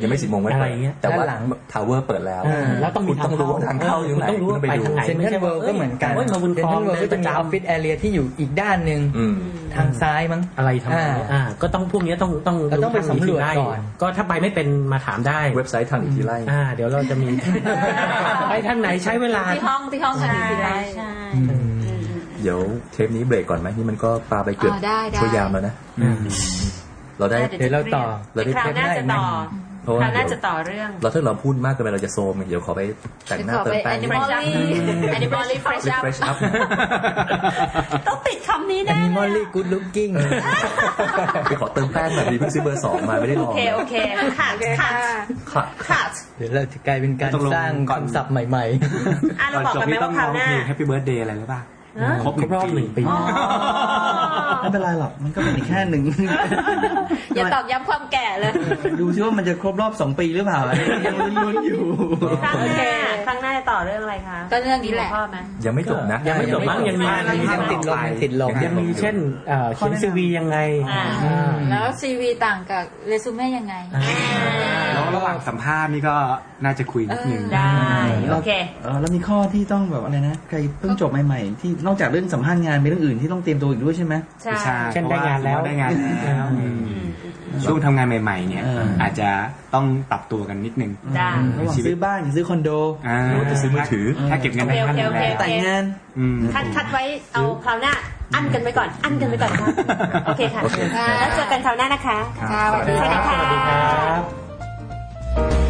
S4: ยังไม่สิบโมงไม่
S6: อะไร
S4: เปิด
S6: เงี้ย
S4: แต่ว่า
S5: ด้านหลัง
S4: ทาวเวอร์เปิดแล้ว
S6: เออแล้วต้องมี
S4: คุณต้องรู้ว่าทางเข้าอยู่ไหน
S6: เออคุณต้องรู้
S4: คุณไปดู
S6: ว่าไปทางไหน
S5: เซ็นทรัลเวิลด์ก็เหมือนกัน
S6: แต่ว่า
S5: เซ็นท
S6: เราบ
S5: รัล
S6: นคล
S5: เวิล
S6: อง
S5: ด์
S6: เดิ
S5: ก็
S6: นประ
S5: จะมีอ
S6: จำ
S5: อฟฟิศแอเรียที่อยู่อีกด้านหนึ่ง
S4: อืม
S5: ทางซ้ายมั้ง
S6: อะไรทำนองนี้
S5: อ่า
S6: อ่าก็ต้องพวกเนี้ยต้องต้อง
S5: เราต้องไป
S6: ทานี้
S5: สำรวจ
S6: ได้
S5: ก่อน
S6: ก็ถ้าไปไม่เป็นมาถามได้
S4: เว็บไซต์ทางอีกทีไล่
S6: อ่า เดี๋ยวเราจะมี ไปทางไหนใช้เวลา
S7: ที่ห้องที่ห้องทา
S9: ใช่
S7: งสีไร
S9: ใช่
S4: เดี๋ยวเทปนี้เบรกก่อนไหมนี่มันก็ปาไปเกือบ
S7: อ๋อได้ได้
S4: ชั่วยามแล้วนะ
S6: อืม
S4: เราได้
S5: เดี๋ยวเราต่อ
S4: เราได้
S9: คราวหน้าจะต่อ
S4: เพราะว่าร
S9: คาวหน้า
S4: เดี๋
S9: จะ
S4: ยว
S9: ต่อเรื่อง
S4: เราถ้าเราพูดมากเกินไปเราจะโซมเดี๋ยวขอไปแต่งหน้า
S7: ขอ
S4: เติม
S7: ไป
S4: แป้ง
S7: animally animally fresh up
S4: refresh up
S9: ต้องติดคำนี้
S5: อัน
S9: แน่
S5: นี้ม
S9: เล
S5: อย ลลี่
S9: อะ
S5: กู๊ดลุกกิ้ง
S4: ไปขอเติมแป้งหน่อยดีเพิ่งซื้อเบอร์สองมาไม่ได้ล
S9: โอ
S4: อง
S9: เคโอเคค่ะค่ะ
S4: ค่ะ
S9: ค่ะ
S5: เดี๋ยวเราจะกลายเป็นการ
S11: ตกลง
S5: สร้าง
S11: ก่อน
S5: คำศัพท์ใหม่
S9: อ่ะเราบอกกันไหมว่าคราวหน้า
S11: แฮปปี้เบิร์ดเดย์อะไรหรือเปล่า
S9: ฮะ
S11: ครบ
S6: ครบรอบหนึ่งปี
S3: ไม่เป็นไรหรอกมันก็เป็นอีกแค่หนึ่ง
S7: อย่าตอบย้ำความแก่เลย
S3: ดูซิว่ามันจะครบรอบสองปีหรือเปล่าอันนี้ยังลุ้นๆอยู่
S9: ครั้
S7: โอ
S9: งห
S7: เค
S9: น้าครั้งหน้าจะต่อเรื่องอะไรคะ
S7: ก็เรื่องนี้แหละ
S9: หัวข้อไหม
S4: ยังไม่จบนะ
S5: ๆ
S6: ยังไม่จบมั้งยังมี
S5: ยังมียังติดลมยังติดลม
S6: ยังมีเช่นเอ่อเขียนซีวียังไง
S9: อ่า
S6: อ่า
S7: แล้วซีวีต่างกับเรซูเม่ยังไง
S11: แล้วระหว่างสัมภาษณ์นี่ก็น่าจะคุยนิดนึง
S7: เออ
S9: ได้โอเค
S3: เออแล้วมีข้อที่ต้องแบบอะไรนะใครเพิ่งจบใหม่ๆ ที่นอกจากเรื่องสัมภาษณ์งานมีเรื่องอื่นที่ต้องเตรียมตัวอีกด้วยใช่ไหม
S9: ใช่
S11: ใช่
S6: เช่นได้งานแล้ว
S11: เพระได้งานแล้ว
S9: อืม
S11: ช่วงทำงานใหม่ ๆ เนี่ย
S3: เอออ
S11: อาจจะต้องปรับตัวกันนิดนึง
S9: ได้
S3: ระหว่างซื้อบ้านกับซื้อคอนโด
S11: อ่า
S4: หรือว่าจะซื้อมือถือ
S11: ถ้าเก็บเงินได้
S9: โอ
S11: ขั้น
S9: เค
S11: หนึ่งแล้ว
S3: แต่งงา
S9: โอเค
S3: น
S11: อืม
S9: คัดคัดไว้เอาคราวหน้า อั้นกันไว้ก่อน อั้นกันไว้ก่อนค่ะโอเคค่ะ
S4: โอเค
S9: แล้วเจอกันคราวหน้านะคะ
S11: ครับ
S9: สวัสดีค่ะ
S6: ครับ